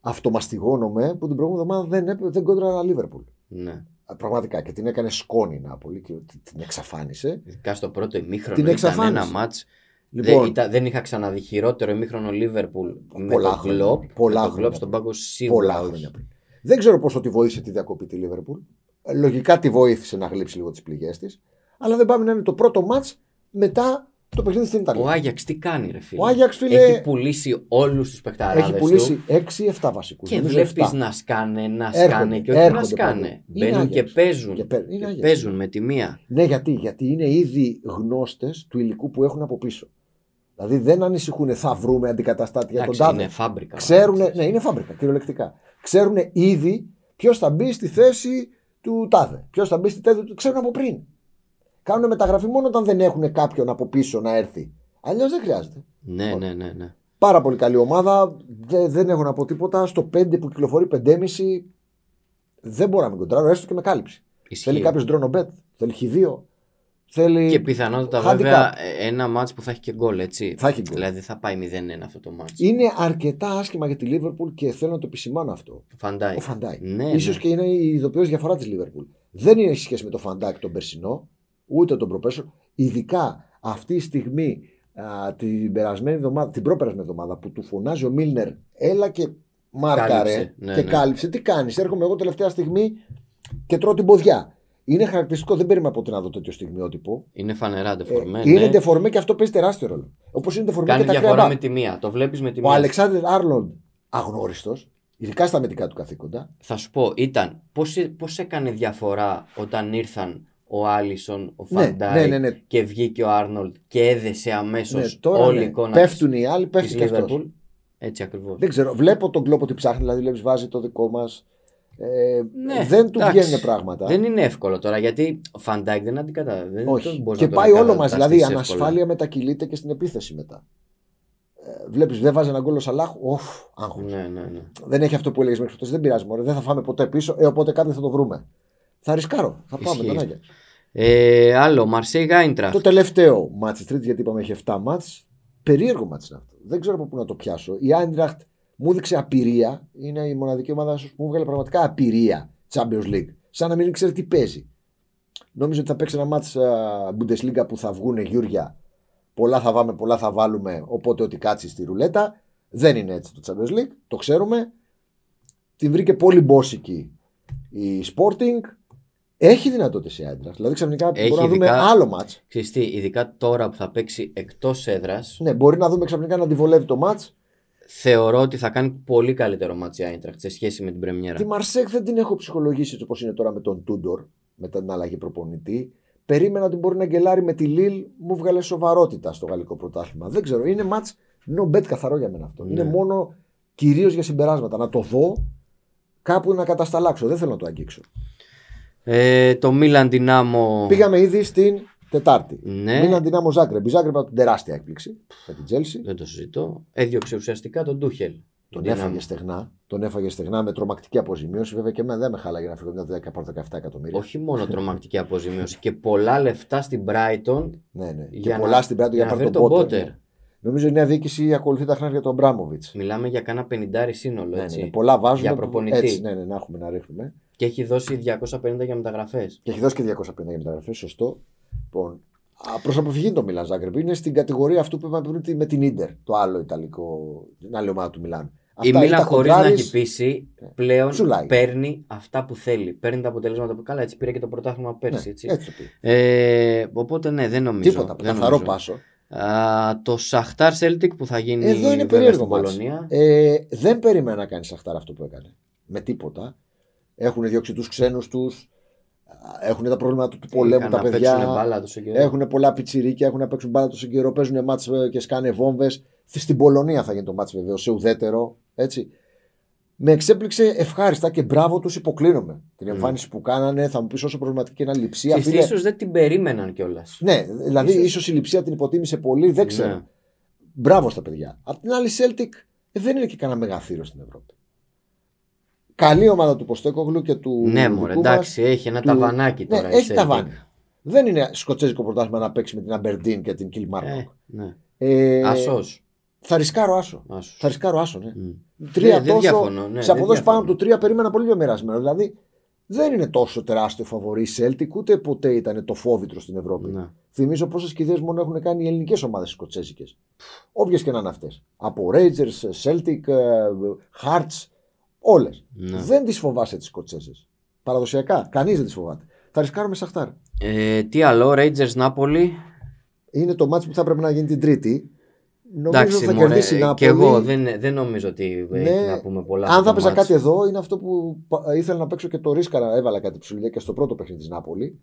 Speaker 1: Αυτομαστιγώνομαι που την προηγούμενη εβδομάδα δεν, έπαι- δεν κόντρα Λίβερπουλ.
Speaker 2: Ναι.
Speaker 1: Α, Πραγματικά και την έκανε σκόνη η Νάπολη και τη- την εξαφάνισε.
Speaker 2: Ειδικά στο πρώτο ημίχρονο
Speaker 1: Την
Speaker 2: ήταν
Speaker 1: εξαφάνιση.
Speaker 2: ένα μάτς.
Speaker 1: Λοιπόν,
Speaker 2: δεν, ήταν, δεν είχα ξαναδεί χειρότερο ημίχρονο Λίβερπουλ με
Speaker 1: Πολλά
Speaker 2: τον
Speaker 1: χρόνια. Πολλά
Speaker 2: Κλόπ. με τον
Speaker 1: χρόνια
Speaker 2: Κλόπ στον πάγκο σίγουρα.
Speaker 1: πολλά
Speaker 2: όχι.
Speaker 1: χρόνια πριν. Δεν ξέρω πόσο τη βοήθησε τη διακοπή τη Λίβερπουλ. Ε, Λογικά τη βοήθησε να γλύψει λίγο τις πληγές της. Αλλά δεν πάμε να είναι το πρώτο ματ μετά το παιχνίδι στην Ιταλία.
Speaker 2: Ο Άγιαξ τι κάνει, ρε φίλε.
Speaker 1: Ο Άγιαξ, φίλε,
Speaker 2: Έχει πουλήσει όλους τους παιχταράδες.
Speaker 1: Έχει πουλήσει 6-7 βασικούς.
Speaker 2: Και βλέπει να σκάνε, να
Speaker 1: Έρχονται,
Speaker 2: σκάνε και όχι να
Speaker 1: έρχονται
Speaker 2: σκάνε.
Speaker 1: πολύ.
Speaker 2: Μπαίνουν
Speaker 1: Είναι
Speaker 2: και
Speaker 1: Άγιαξ.
Speaker 2: παίζουν.
Speaker 1: Και παί- είναι
Speaker 2: Και
Speaker 1: Άγιαξ.
Speaker 2: παίζουν με τη μία.
Speaker 1: Ναι, γιατί, γιατί είναι ήδη γνώστες του υλικού που έχουν από πίσω. Δηλαδή δεν ανησυχούν, θα βρούμε αντικαταστάτη για τον
Speaker 2: Εντάξει,
Speaker 1: τάδε.
Speaker 2: είναι φάμπρικα. ο
Speaker 1: Ξέρουν,
Speaker 2: Άγιαξ.
Speaker 1: ναι, είναι φάμπρικα, κυριολεκτικά. Ξέρουν ήδη ποιος θα μπει στη θέση του τάδε. Ποιος θα μπει στη θέση του. Ξέρουν από πριν. Κάνουν μεταγραφή μόνο όταν δεν έχουν κάποιον από πίσω να έρθει. Αλλιώς δεν χρειάζεται.
Speaker 2: Ναι, ναι, ναι, ναι.
Speaker 1: Πάρα πολύ καλή ομάδα. Δε- δεν έχω να πω τίποτα. Στο 5 που κυκλοφορεί 5,5 δεν μπορώ να μην κοντράρω, έστω και με κάλυψη.
Speaker 2: Ισχύει.
Speaker 1: Θέλει κάποιος drone bet, θέλει χ2. Θέλει...
Speaker 2: Και πιθανότατα
Speaker 1: Handicap.
Speaker 2: βέβαια ε, ένα μάτς που θα έχει και γκολ, έτσι.
Speaker 1: Θα έχει γκολ.
Speaker 2: Δηλαδή θα πάει 0-1 αυτό το μάτς.
Speaker 1: Είναι αρκετά άσχημα για τη Λίβερπουλ και θέλω να το επισημάνω αυτό.
Speaker 2: Φαντάει.
Speaker 1: Ο Φαντάικ.
Speaker 2: Ναι,
Speaker 1: ίσως
Speaker 2: ναι.
Speaker 1: και είναι η ειδοποιός διαφορά της Λίβερπουλ. Δεν είναι σε σχέση με τον Φαντάικ τον περσινό, ούτε τον προπέσο. Ειδικά αυτή τη στιγμή, α, την περασμένη εβδομάδα, την προπερασμένη εβδομάδα που του φωνάζει ο Μίλνερ, έλα και μάρκαρε
Speaker 2: Κάλυψε. Ναι,
Speaker 1: και
Speaker 2: ναι.
Speaker 1: κάλυψε. Τι κάνεις, έρχομαι εγώ τελευταία στιγμή και τρώω την ποδιά. Είναι χαρακτηριστικό, δεν περίμενα ποτέ να δω τέτοιο στιγμιότυπο.
Speaker 2: Είναι φανερά
Speaker 1: Ε,
Speaker 2: ντεφορμέ.
Speaker 1: είναι
Speaker 2: ναι.
Speaker 1: ντεφορμέ και αυτό παίζει τεράστιο ρόλο. Όπως είναι ντεφορμέ
Speaker 2: Κάνει
Speaker 1: και τα
Speaker 2: διαφορά
Speaker 1: κρέατα.
Speaker 2: με τη μία. Το βλέπεις με τη
Speaker 1: Ο
Speaker 2: μία.
Speaker 1: Αλεξάνδρ Άρλοντ, αγνώριστος, ειδικά στα αμυντικά του καθήκοντα,
Speaker 2: Θα σου πω, ήταν πώς, πώς έκανε διαφορά όταν ήρθαν ο Άλισον, ο
Speaker 1: Ναι,
Speaker 2: Φαντάι
Speaker 1: ναι, ναι, ναι.
Speaker 2: και βγήκε ο Άρνολτ και έδεσε αμέσως
Speaker 1: Ναι, τώρα
Speaker 2: όλη η
Speaker 1: ναι.
Speaker 2: εικόνα
Speaker 1: πέφτουν οι άλλοι,
Speaker 2: της
Speaker 1: πέφτει και αυτός.
Speaker 2: Liverpool. Έτσι ακριβώς.
Speaker 1: Δεν ξέρω, βλέπω τον κλόπο ότι ψάχνει, δηλαδή βλέπεις, βάζει το δικό μας. Ε,
Speaker 2: Ναι,
Speaker 1: δεν του
Speaker 2: εντάξει.
Speaker 1: βγαίνουν πράγματα.
Speaker 2: Δεν είναι εύκολο τώρα γιατί ο Φαντάικ δεν αντικατά. Δεν
Speaker 1: Όχι.
Speaker 2: δεν μπορείς
Speaker 1: Και
Speaker 2: να τον
Speaker 1: πάει όλο μαζί.
Speaker 2: αντικαταστήσεις
Speaker 1: Δηλαδή η
Speaker 2: εύκολα.
Speaker 1: ανασφάλεια μετακυλείται και στην επίθεση μετά. Ε, Βλέπεις, δεν βάζει έναν κόλλο Σαλάχ. Οφ, άγχος.
Speaker 2: Ναι, ναι, ναι.
Speaker 1: Δεν έχει αυτό που έλεγες μέχρι χτες, Δεν πειράζει, μωρέ, δεν θα φάμε ποτέ πίσω. Ε, οπότε κάποιο θα το βρούμε. Θα ρισκάρω. Θα πάμε
Speaker 2: Ισχύει.
Speaker 1: τον Άγιαξ.
Speaker 2: Ε, άλλο, Μαρσέιγ Άιντραχτ.
Speaker 1: Το τελευταίο μάτς της Τρίτης, γιατί είπαμε έχει 7 μάτς, περίεργο μάτς είναι αυτό. Δεν ξέρω από πού να το πιάσω. Η Άιντραχτ μου έδειξε απειρία. Είναι η μοναδική ομάδα ίσως, που μου βγάλε πραγματικά απειρία Champions League. Σαν να μην ξέρει τι παίζει. Νόμιζα ότι θα παίξει ένα μάτς α, Bundesliga που θα βγούνε Γιούρια. Πολλά θα βάμε, πολλά θα βάλουμε. Οπότε ό,τι κάτσει στη ρουλέτα. Δεν είναι έτσι το Champions League. Το ξέρουμε. Την βρήκε πολύ μπόσικη η Sporting. Έχει δυνατότητες η Άιντραχτ. Δηλαδή ξαφνικά
Speaker 2: Έχει
Speaker 1: μπορούμε να δούμε
Speaker 2: ειδικά-
Speaker 1: άλλο μάτς.
Speaker 2: Ξέρεις τι, ειδικά τώρα που θα παίξει εκτός έδρας,
Speaker 1: Ναι, μπορεί να δούμε ξαφνικά να τη βολεύει το μάτ.
Speaker 2: Ναι. θεωρώ ότι θα κάνει πολύ καλύτερο μάτς η Άιντραχτ σε σχέση με την Πρεμιέρα.
Speaker 1: Τη Μαρσέκ δεν την έχω ψυχολογήσει έτσι όπως είναι τώρα με τον Τούντορ, μετά την αλλαγή προπονητή. Περίμενα ότι μπορεί να γκελάρει με τη Λίλ, μου βγάλε σοβαρότητα στο γαλλικό πρωτάθλημα. Δεν ξέρω, είναι μάτ no bet καθαρό για μένα αυτό.
Speaker 2: Ναι.
Speaker 1: Είναι μόνο κυρίως για συμπεράσματα. Να το δω κάπου να κατασταλάξω. Δεν θέλω να το αγγίξω.
Speaker 2: Ναι. Ε, το Μίλαν Δυνάμο...
Speaker 1: Πήγαμε ήδη στην Τετάρτη.
Speaker 2: Ναι.
Speaker 1: Μίλαν δυνάμω Ζάγκρεπ. Η Ζάγκρεπ από την τεράστια έκπληξη με την Τζέλση.
Speaker 2: Δεν το συζητώ. Έδιωξε ουσιαστικά τον Ντούχελ.
Speaker 1: Τον
Speaker 2: Δυνάμο.
Speaker 1: έφαγε στεγνά. Τον έφαγε στεγνά με τρομακτική αποζημίωση. Βέβαια και εμένα δεν με χάλαγε να φύγω μια 10 από 17 εκατομμύρια.
Speaker 2: Όχι μόνο τρομακτική αποζημίωση και πολλά λεφτά στην Brighton
Speaker 1: Ναι, ναι.
Speaker 2: για
Speaker 1: και
Speaker 2: να-
Speaker 1: πολλά στην Πράγμα για να πάρει
Speaker 2: βρει
Speaker 1: τον Πότερ.
Speaker 2: Potter.
Speaker 1: ναι. Νομίζω η νέα διοίκηση ακολουθεί τα χνάρια του Αμπράμοβιτ.
Speaker 2: Μιλάμε για κάνα πενιντάρι σύνολο,
Speaker 1: Ναι, ναι,
Speaker 2: έτσι.
Speaker 1: ναι. Πολλά βάζουν.
Speaker 2: Για προπονητή.
Speaker 1: Έτσι, ναι, ναι, να έχουμε να ρίχνουμε.
Speaker 2: Και έχει δώσει 250 για μεταγραφές.
Speaker 1: Και έχει δώσει και 250 για μεταγραφές, σωστό. Λοιπόν, προς αποφυγή το Μιλάν Ζάγκρεπ. Είναι στην κατηγορία αυτού που είπαμε πριν ότι με την ντερ, το άλλο Ιταλικό, την άλλη ομάδα του Μιλάν.
Speaker 2: Η Μίλαν χωρίς να έχει πείσει πλέον
Speaker 1: Τσουλάει.
Speaker 2: παίρνει αυτά που θέλει. Παίρνει τα αποτελέσματα που καλά έτσι πήρε και το πρωτάθλημα πέρσι.
Speaker 1: έτσι.
Speaker 2: έτσι.
Speaker 1: Ναι, έτσι το πήγε.
Speaker 2: Ε, οπότε ναι, δεν νομίζω.
Speaker 1: Τίποτα.
Speaker 2: δεν
Speaker 1: Καθαρό
Speaker 2: νομίζω.
Speaker 1: πάσο.
Speaker 2: Α, το Σαχτάρ Celtic που θα γίνει
Speaker 1: Εδώ είναι
Speaker 2: βέβαια
Speaker 1: περίεργο
Speaker 2: στην
Speaker 1: μάτς.
Speaker 2: Πολωνία.
Speaker 1: Ε, δεν περίμενα να κάνει Σαχτάρ αυτό που έκανε. Με τίποτα. Έχουν διώξει τους ξένους τους. Έχουν τα προβλήματα του, του πολέμου
Speaker 2: Είχαν
Speaker 1: τα
Speaker 2: να
Speaker 1: παιδιά.
Speaker 2: παίξουνε μπάλα ε. τόσο καιρό.
Speaker 1: Έχουν πολλά πιτσιρίκια, έχουν να παίξουν μπάλα τόσο καιρό, παίζουν μάτς ε, και σκάνε βόμβες. Στην Πολωνία θα γίνει το μάτς βεβαίως, σε ουδέτερο. Έτσι. Με εξέπληξε ευχάριστα και μπράβο τους, υποκλίνομαι. Την
Speaker 2: Μμμ.
Speaker 1: εμφάνιση που κάνανε, θα μου πεις όσο προβληματική είναι η λειψία.
Speaker 2: Και
Speaker 1: φίλε.
Speaker 2: ίσω δεν την περίμεναν κιόλας.
Speaker 1: Ναι, δηλαδή
Speaker 2: Ίσως- Ναι.
Speaker 1: ίσως η λειψία την υποτίμησε πολύ, δεν ξέρω. Μπράβο στα παιδιά. Απ' την άλλη, η Celtic ε, δεν είναι και κανένα μεγαθύρο στην Ευρώπη. Καλή ομάδα του Ποστέκογλου και του.
Speaker 2: Ναι, μωρέ,
Speaker 1: δικού μας.
Speaker 2: εντάξει, έχει ένα
Speaker 1: του-
Speaker 2: ταβανάκι
Speaker 1: Ναι,
Speaker 2: τώρα. η
Speaker 1: έχει
Speaker 2: Celtic.
Speaker 1: ταβάνι. Δεν είναι σκοτσέζικο πρωτάθλημα να παίξει με την Αμπερντίν και την
Speaker 2: Ε,
Speaker 1: Κιλμάρνοκ.
Speaker 2: ναι.
Speaker 1: Ε,
Speaker 2: Ασός.
Speaker 1: Θα ρισκάρω άσο.
Speaker 2: Ασός.
Speaker 1: Θα ρισκάρω άσο, ναι.
Speaker 2: Μμ.
Speaker 1: Τρία
Speaker 2: δεν
Speaker 1: τόσο.
Speaker 2: διαφωνώ, ναι,
Speaker 1: σε
Speaker 2: δεν
Speaker 1: αποδόσεις πάνω
Speaker 2: διαφωνώ.
Speaker 1: του τρία περίμενα πολύ πιο μοιρασμένο. Δηλαδή δεν είναι τόσο τεράστιο φαβορή η Celtic, ούτε ποτέ ήταν το φόβητρο στην Ευρώπη.
Speaker 2: Ναι.
Speaker 1: Θυμίζω πόσες κηδείες μόνο έχουν κάνει οι ελληνικές ομάδες σκοτσέζικες. Όποιες και να είναι αυτές. Από Rangers, Celtic, ε, Hearts, όλες.
Speaker 2: Ναι.
Speaker 1: Δεν τις φοβάσαι τις Σκοτσέζε. Παραδοσιακά, κανείς δεν τις φοβάται. Θα ρισκάρουμε Σαχτάρ.
Speaker 2: Ε, τι άλλο, Rangers Νάπολη.
Speaker 1: Είναι το μάτς που θα πρέπει να γίνει την Τρίτη. Νομίζω
Speaker 2: Εντάξει,
Speaker 1: θα
Speaker 2: μωρέ,
Speaker 1: κερδίσει η
Speaker 2: ε,
Speaker 1: Νάπολη.
Speaker 2: και εγώ δεν, δεν νομίζω ότι ε,
Speaker 1: Ναι.
Speaker 2: έχει να πούμε πολλά.
Speaker 1: Αν
Speaker 2: από
Speaker 1: θα
Speaker 2: το
Speaker 1: παίζα
Speaker 2: μάτς.
Speaker 1: κάτι εδώ, είναι αυτό που πα- ε, ήθελα να παίξω και το ρίσκαρα. Έβαλα κάτι ψηλά και στο πρώτο παιχνίδι της Νάπολη.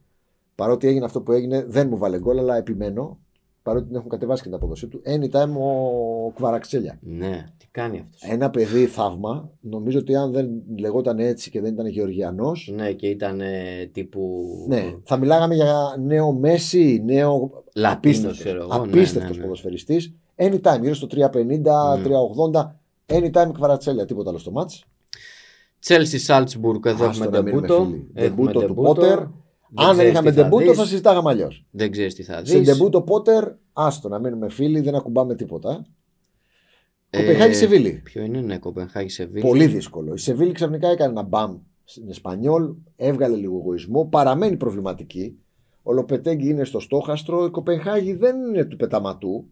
Speaker 1: Παρότι έγινε αυτό που έγινε, δεν μου βάλε γκολ, αλλά επιμένω. Παρότι την έχουν κατεβάσει και την απόδοσή του. Anytime ο Κβαραξέλια.
Speaker 2: Ναι, τι κάνει αυτός.
Speaker 1: Ένα παιδί θαύμα. Νομίζω ότι αν δεν λεγόταν έτσι και δεν ήταν Γεωργιανός.
Speaker 2: Ναι, και ήταν ε, τύπου.
Speaker 1: Ναι, θα μιλάγαμε για νέο Μέση, νέο
Speaker 2: Λατίνος,
Speaker 1: Απίστευτος,
Speaker 2: ξέρω εγώ. ναι,
Speaker 1: απίστευτος
Speaker 2: ναι, ναι.
Speaker 1: ποδοσφαιριστής. Anytime, γύρω στο 350, 380. Anytime Κβαρατσέλια, τίποτα άλλο στο μάτς.
Speaker 2: Τσέλσι Σάλτσμπουργκ, εδώ
Speaker 1: Άστο
Speaker 2: έχουμε
Speaker 1: να μείνουμε
Speaker 2: ντεμπούτο.
Speaker 1: φίλοι.
Speaker 2: Έχουμε
Speaker 1: Ντεμπούτο του Πότερ.
Speaker 2: Δεν
Speaker 1: Αν δεν
Speaker 2: ξέρεις
Speaker 1: είχαμε
Speaker 2: τι θα
Speaker 1: ντεμπούτο,
Speaker 2: δεις.
Speaker 1: θα συζητάγαμε αλλιώς.
Speaker 2: Δεν ξέρεις τι θα δει.
Speaker 1: Σε ντεμπούτο Πότερ, άστο να μείνουμε φίλοι, δεν ακουμπάμε τίποτα. Κοπεχάγη Σεβίλη.
Speaker 2: Ε, Ποιο είναι, ναι, Κοπεχάγη Σεβίλη.
Speaker 1: Πολύ δύσκολο. Η Σεβίλη ξαφνικά έκανε ένα μπαμ στην Εσπανιόλ, έβγαλε λίγο εγωισμό, παραμένει προβληματική. Ο Λοπετέγκη είναι στο στόχαστρο. Η Κοπενχάγη δεν είναι του πεταματού.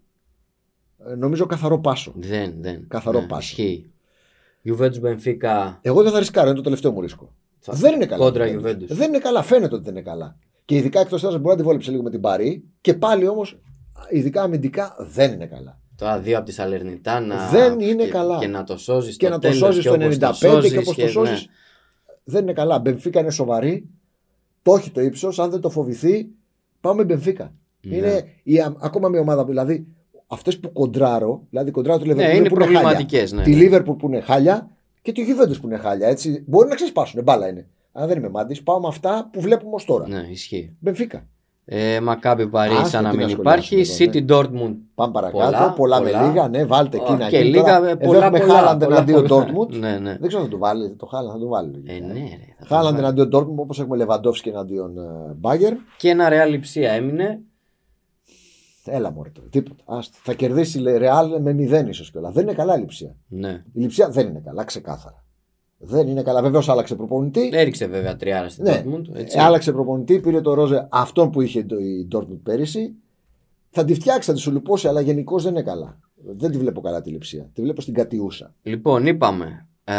Speaker 1: Ε, νομίζω καθαρό πάσο.
Speaker 2: Δεν, δεν.
Speaker 1: Καθαρό
Speaker 2: ναι,
Speaker 1: πάσο.
Speaker 2: Ισχύει. Juventus Benfica.
Speaker 1: Εγώ δεν θα ρισκάρω, είναι το τελευταίο μου ρίσκο.
Speaker 2: θα-
Speaker 1: Δεν είναι καλά.
Speaker 2: Κόντρα
Speaker 1: η Juventus.
Speaker 2: Juventus.
Speaker 1: Δεν είναι καλά. Φαίνεται ότι δεν είναι καλά. Και ειδικά εκτός έδρα μπορεί να τη βόλεψε λίγο με την Παρή. Και πάλι όμως, ειδικά αμυντικά, δεν είναι καλά.
Speaker 2: Τα δύο από τη Σαλερνιτάνα.
Speaker 1: Δεν είναι
Speaker 2: και,
Speaker 1: καλά.
Speaker 2: Και να το σώζεις
Speaker 1: και να το σώζει το 95 και όπως
Speaker 2: ναι.
Speaker 1: το σώζει. Δεν είναι καλά. Μπενφίκα είναι σοβαρή. Το έχει το ύψος. Αν δεν το φοβηθεί, πάμε Μπενφίκα.
Speaker 2: Ναι.
Speaker 1: Είναι η, α- ακόμα μια ομάδα που δηλαδή αυτές που κοντράρω, δηλαδή κοντράρω τη
Speaker 2: Ναι,
Speaker 1: Λίβερπουλ
Speaker 2: είναι
Speaker 1: που είναι χάλια.
Speaker 2: προβληματικές. Ναι.
Speaker 1: Τη Λίβερπουλ που είναι χάλια και τη Γιουβέντου που είναι χάλια. Έτσι. Μπορεί να ξεσπάσουν. Μπάλα είναι. Αν δεν είμαι μάντης, πάω με αυτά που βλέπουμε ως τώρα.
Speaker 2: Ναι, ισχύει.
Speaker 1: Μπενφίκα.
Speaker 2: Ε, Μακάμπι Παρί,
Speaker 1: Άστο
Speaker 2: σαν να
Speaker 1: τι να
Speaker 2: μην
Speaker 1: σχολιάσουμε
Speaker 2: υπάρχει.
Speaker 1: εδώ, ναι.
Speaker 2: City Dortmund.
Speaker 1: Πάμε παρακάτω. Πολλά,
Speaker 2: Πολλά,
Speaker 1: με
Speaker 2: πολλά.
Speaker 1: λίγα. Ναι, βάλτε εκεί να
Speaker 2: και
Speaker 1: γίνει.
Speaker 2: λίγα.
Speaker 1: Τώρα,
Speaker 2: ε,
Speaker 1: εδώ
Speaker 2: Πολλά,
Speaker 1: έχουμε
Speaker 2: πολλά,
Speaker 1: Χάλαντ
Speaker 2: πολλά,
Speaker 1: εναντίον
Speaker 2: πολλά.
Speaker 1: Ντόρτμουντ.
Speaker 2: Ναι, ναι.
Speaker 1: Δεν ξέρω αν θα το βάλει. Το Χάλαντ θα το βάλει.
Speaker 2: Ε, ναι, ρε, θα το
Speaker 1: Χάλαντ
Speaker 2: βάλει.
Speaker 1: εναντίον Ντόρκμουντ όπως έχουμε Λεβαντόφσκι εναντίον ε, Μπάγκερ.
Speaker 2: Και ένα ρεάλ λειψία έμεινε.
Speaker 1: Έλα μωρέ τώρα, τίποτα. Άστα. Θα κερδίσει η Ρεάλ με μηδέν ίσως κιόλας. Δεν είναι καλά η λειψία.
Speaker 2: Ναι.
Speaker 1: Η λειψία δεν είναι καλά, ξεκάθαρα. Δεν είναι καλά. Βεβαίως άλλαξε προπονητή.
Speaker 2: Έριξε βέβαια τριάρα στην
Speaker 1: Ναι.
Speaker 2: Ε, Dortmund. Έτσι.
Speaker 1: Ε, άλλαξε προπονητή, πήρε το Ρόζε αυτόν που είχε το, η Ντόρκμουντ πέρυσι. Θα τη φτιάξει, θα τη σουλουπώσει, αλλά γενικώς δεν είναι καλά. Δεν τη βλέπω καλά τη λειψία. Τη βλέπω στην κατιούσα.
Speaker 2: Λοιπόν, είπαμε ε,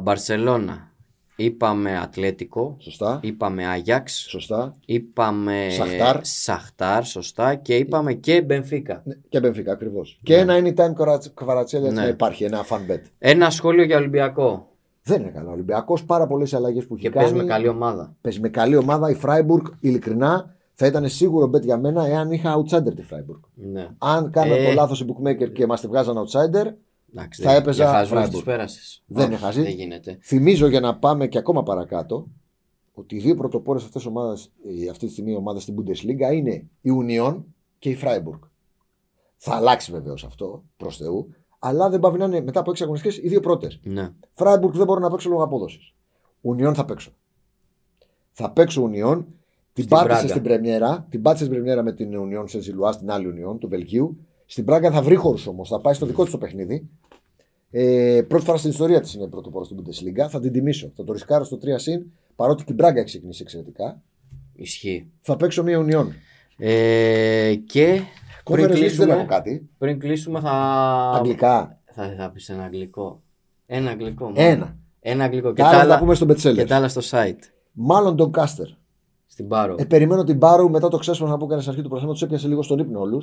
Speaker 2: Μπαρσελώνα. Είπαμε Ατλέτικο.
Speaker 1: Σωστά.
Speaker 2: Είπαμε Άγιαξ.
Speaker 1: Σωστά.
Speaker 2: Είπαμε
Speaker 1: Σαχτάρ.
Speaker 2: Σαχτάρ, σωστά. Και είπαμε και Μπενφίκα.
Speaker 1: Ναι, Και Μπενφίκα ακριβώς. Και ένα anytime καβαρατσέλια
Speaker 2: Ναι.
Speaker 1: να υπάρχει, ένα fan bet.
Speaker 2: Ένα σχόλιο για Ολυμπιακό.
Speaker 1: Δεν είναι καλά. Ο Ολυμπιακός πάρα πολλές αλλαγές που έχει
Speaker 2: Και
Speaker 1: κάνει.
Speaker 2: πες με καλή ομάδα.
Speaker 1: Παίζει με καλή ομάδα η Φράιμπουργκ, ειλικρινά θα ήταν σίγουρο bet για μένα εάν είχα outsider τη Φράιμπουργκ.
Speaker 2: Ναι.
Speaker 1: Αν κάνανε
Speaker 2: Ε.
Speaker 1: το λάθος οι bookmaker και μας τη βγάζαν outsider,
Speaker 2: Εντάξει,
Speaker 1: Θα
Speaker 2: δεν-
Speaker 1: έπαιζα
Speaker 2: για χασμούς
Speaker 1: Φράιμπουργκ.
Speaker 2: τους πέρασες.
Speaker 1: Δεν είναι
Speaker 2: Όχι,
Speaker 1: χαζί.
Speaker 2: Δεν γίνεται.
Speaker 1: θυμίζω για να πάμε και ακόμα παρακάτω ότι οι δύο πρωτοπόρες αυτές ε, αυτή τη στιγμή ομάδες στην Bundesliga είναι η Union και η Freiburg. Θα αλλάξει βεβαίως αυτό προς Θεού, αλλά δεν πάβει να είναι μετά από 6 αγωνιστικές οι δύο πρώτες.
Speaker 2: Ναι.
Speaker 1: Φράιμπουργκ δεν μπορώ να παίξω λόγω απόδοσης. Ουνιόν θα παίξω. Θα παίξω Ουνιόν. Την
Speaker 2: Στην
Speaker 1: πάτησε
Speaker 2: Πράγκα.
Speaker 1: στην Πρεμιέρα. Την πάτησε στην Πρεμιέρα με την Ουνιόν σε Ζιλουά, στην άλλη Ουνιόν του Βελγίου. Στην Πράγκα θα βρει χώρους όμως. Θα πάει στο δικό της το παιχνίδι. Ε, πρώτη φορά στην ιστορία της είναι πρωτοπόρο στην Bundesliga. Θα την τιμήσω. Θα το ρισκάρω στο 3 συν παρότι την Πράγκα έχει ξεκινήσει εξαιρετικά.
Speaker 2: Ισχύει.
Speaker 1: Θα παίξω μία Ουνιόν.
Speaker 2: Ε, και πριν
Speaker 1: Κόβερε δεν έχω
Speaker 2: κλείσουμε,
Speaker 1: κάτι.
Speaker 2: πριν κλείσουμε θα...
Speaker 1: Αγγλικά.
Speaker 2: θα... Θα πεις ένα αγγλικό. Ένα αγγλικό. μόνο.
Speaker 1: Ένα.
Speaker 2: Ένα αγγλικό.
Speaker 1: Τα
Speaker 2: Και τα,
Speaker 1: άλλα θα
Speaker 2: άλλα...
Speaker 1: τα πούμε στον
Speaker 2: και
Speaker 1: Μπετσέλερ.
Speaker 2: τα άλλα στο site.
Speaker 1: Μάλλον τον Κάστερ.
Speaker 2: Στην Πάρο.
Speaker 1: Ε, περιμένω την Πάρου μετά το ξέσπασμα που έκανες στην αρχή του πρωταθλήματο, του έπιασε λίγο στον ύπνο όλους.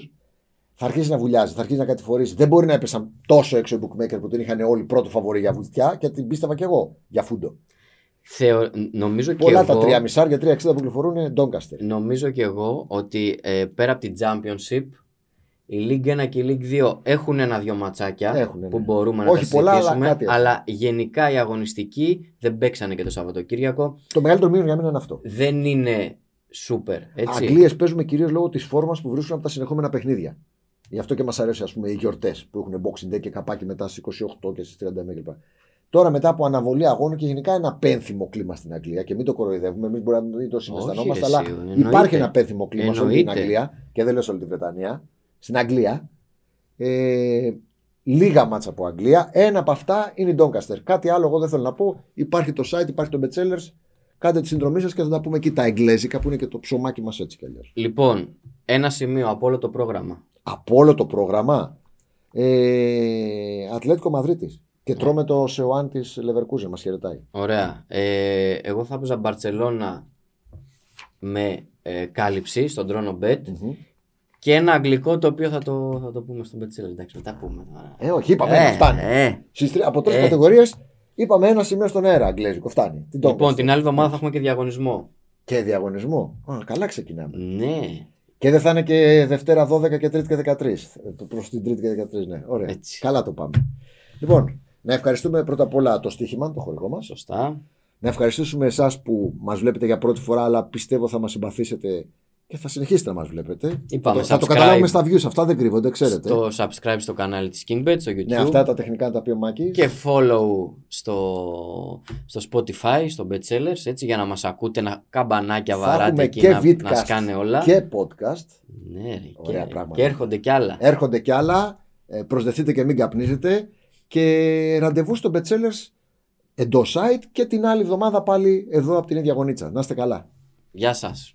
Speaker 1: Θα αρχίσει να βουλιάζει, θα αρχίσει να κατηφορήσει. Δεν μπορεί να έπεσαν τόσο έξω οι bookmaker που την είχαν όλοι πρώτο φαβορή για βουλτιά και την πίστευα κι εγώ για φούντο.
Speaker 2: Θεω... Νομίζω
Speaker 1: Πολλά
Speaker 2: και
Speaker 1: τα
Speaker 2: εγώ...
Speaker 1: 3,5 και 3,60 που κυκλοφορούν είναι Doncaster.
Speaker 2: Νομίζω και εγώ ότι ε, πέρα από την Championship, η League 1 και η League 2 έχουν ένα-δυο ματσάκια
Speaker 1: Έχουνε, ναι.
Speaker 2: που μπορούμε να
Speaker 1: Όχι
Speaker 2: τα
Speaker 1: πολλά, αλλά
Speaker 2: συζητήσουμε.
Speaker 1: κάτι έχουν.
Speaker 2: γενικά οι αγωνιστικοί δεν παίξανε και το Σαββατοκύριακο.
Speaker 1: Το μεγαλύτερο μήνυμα για μένα είναι αυτό.
Speaker 2: Δεν είναι σούπερ. Έτσι.
Speaker 1: Αγγλίες παίζουμε κυρίως λόγω της φόρμας που βρίσκουν από τα συνεχόμενα παιχνίδια. Γι' αυτό και μας αρέσει ας πούμε, οι γιορτές που έχουν boxing day και καπάκι μετά στις 28 και στις 31 κλπ. Τώρα μετά από αναβολή αγώνων και γενικά ένα πένθυμο κλίμα στην Αγγλία και μην το κοροϊδεύουμε, εμείς μπορεί να μην το
Speaker 2: ρε,
Speaker 1: συναισθανόμαστε, αλλά
Speaker 2: εσύ, εννοείται.
Speaker 1: υπάρχει ένα πένθυμο κλίμα σε όλη την
Speaker 2: Εννοείται.
Speaker 1: Αγγλία και δεν λέω σε όλη τη Βρετανία. Στην Αγγλία. Ε, λίγα μάτσα από Αγγλία. Ένα από αυτά είναι η Doncaster. Κάτι άλλο εγώ δεν θέλω να πω. Υπάρχει το site, υπάρχει το Betsellers. Κάντε τη συνδρομή σας και θα τα πούμε εκεί τα εγγλέζικα που είναι και το ψωμάκι μας έτσι κι αλλιώς.
Speaker 2: Λοιπόν, ένα σημείο από όλο το πρόγραμμα.
Speaker 1: Από όλο το πρόγραμμα. Ε, Ατλέτικο Μαδρίτης. Και τρώμε το Σεωάν της Λεβερκούζεν, μας χαιρετάει.
Speaker 2: Ωραία. Ε, εγώ θα έπαιζα Μπαρτσελώνα με ε, κάλυψη στον τρόνο bet και ένα αγγλικό το οποίο θα το, θα το πούμε στον Betzell. Εντάξει, θα τα πούμε τώρα.
Speaker 1: Ε, όχι, είπαμε, ε, φτάνει.
Speaker 2: ε.
Speaker 1: Στις τρι- από τρεις
Speaker 2: Ε.
Speaker 1: κατηγορίες είπαμε ένα σημείο στον αέρα αγγλέζικο. Φτάνει. Την
Speaker 2: Λοιπόν,
Speaker 1: Doncaster.
Speaker 2: την άλλη εβδομάδα θα έχουμε και διαγωνισμό.
Speaker 1: Και διαγωνισμό. Α, καλά ξεκινάμε.
Speaker 2: Ναι.
Speaker 1: Και δεν θα είναι και Δευτέρα 12 και Τρίτη και 13. Προς την Τρίτη και 13, ναι. Ωραία.
Speaker 2: Έτσι.
Speaker 1: Καλά το πάμε. Λοιπόν, να ευχαριστούμε πρώτα απ' όλα το στοίχημα, το χορηγό μας.
Speaker 2: Σωστά.
Speaker 1: Να ευχαριστήσουμε εσάς που μας βλέπετε για πρώτη φορά, αλλά πιστεύω θα μας συμπαθήσετε και θα συνεχίσετε να μας βλέπετε.
Speaker 2: Είπαμε,
Speaker 1: το, θα το
Speaker 2: subscribe.
Speaker 1: καταλάβουμε στα views. Αυτά δεν κρύβονται, ξέρετε.
Speaker 2: Στο subscribe στο κανάλι της KingBet, στο YouTube.
Speaker 1: Ναι, αυτά τα τεχνικά τα οποία μάκης.
Speaker 2: Και follow στο, στο Spotify, στο Betsellers, έτσι, για να μας ακούτε, να καμπανάκια
Speaker 1: Θα
Speaker 2: βαράτε
Speaker 1: έχουμε
Speaker 2: εκεί,
Speaker 1: και
Speaker 2: να,
Speaker 1: vidcast
Speaker 2: να σκάνε όλα.
Speaker 1: και podcast.
Speaker 2: Ναι, ρε,
Speaker 1: Ωραία
Speaker 2: και,
Speaker 1: πράγματα.
Speaker 2: και έρχονται κι άλλα.
Speaker 1: Έρχονται κι άλλα. ε, Προσδεθείτε και μην καπνίζετε. Και ραντεβού στο Betsellers εντός site και την άλλη εβδομάδα πάλι εδώ από την ίδια γωνίτσα. Να είστε καλά.
Speaker 2: Γεια σας.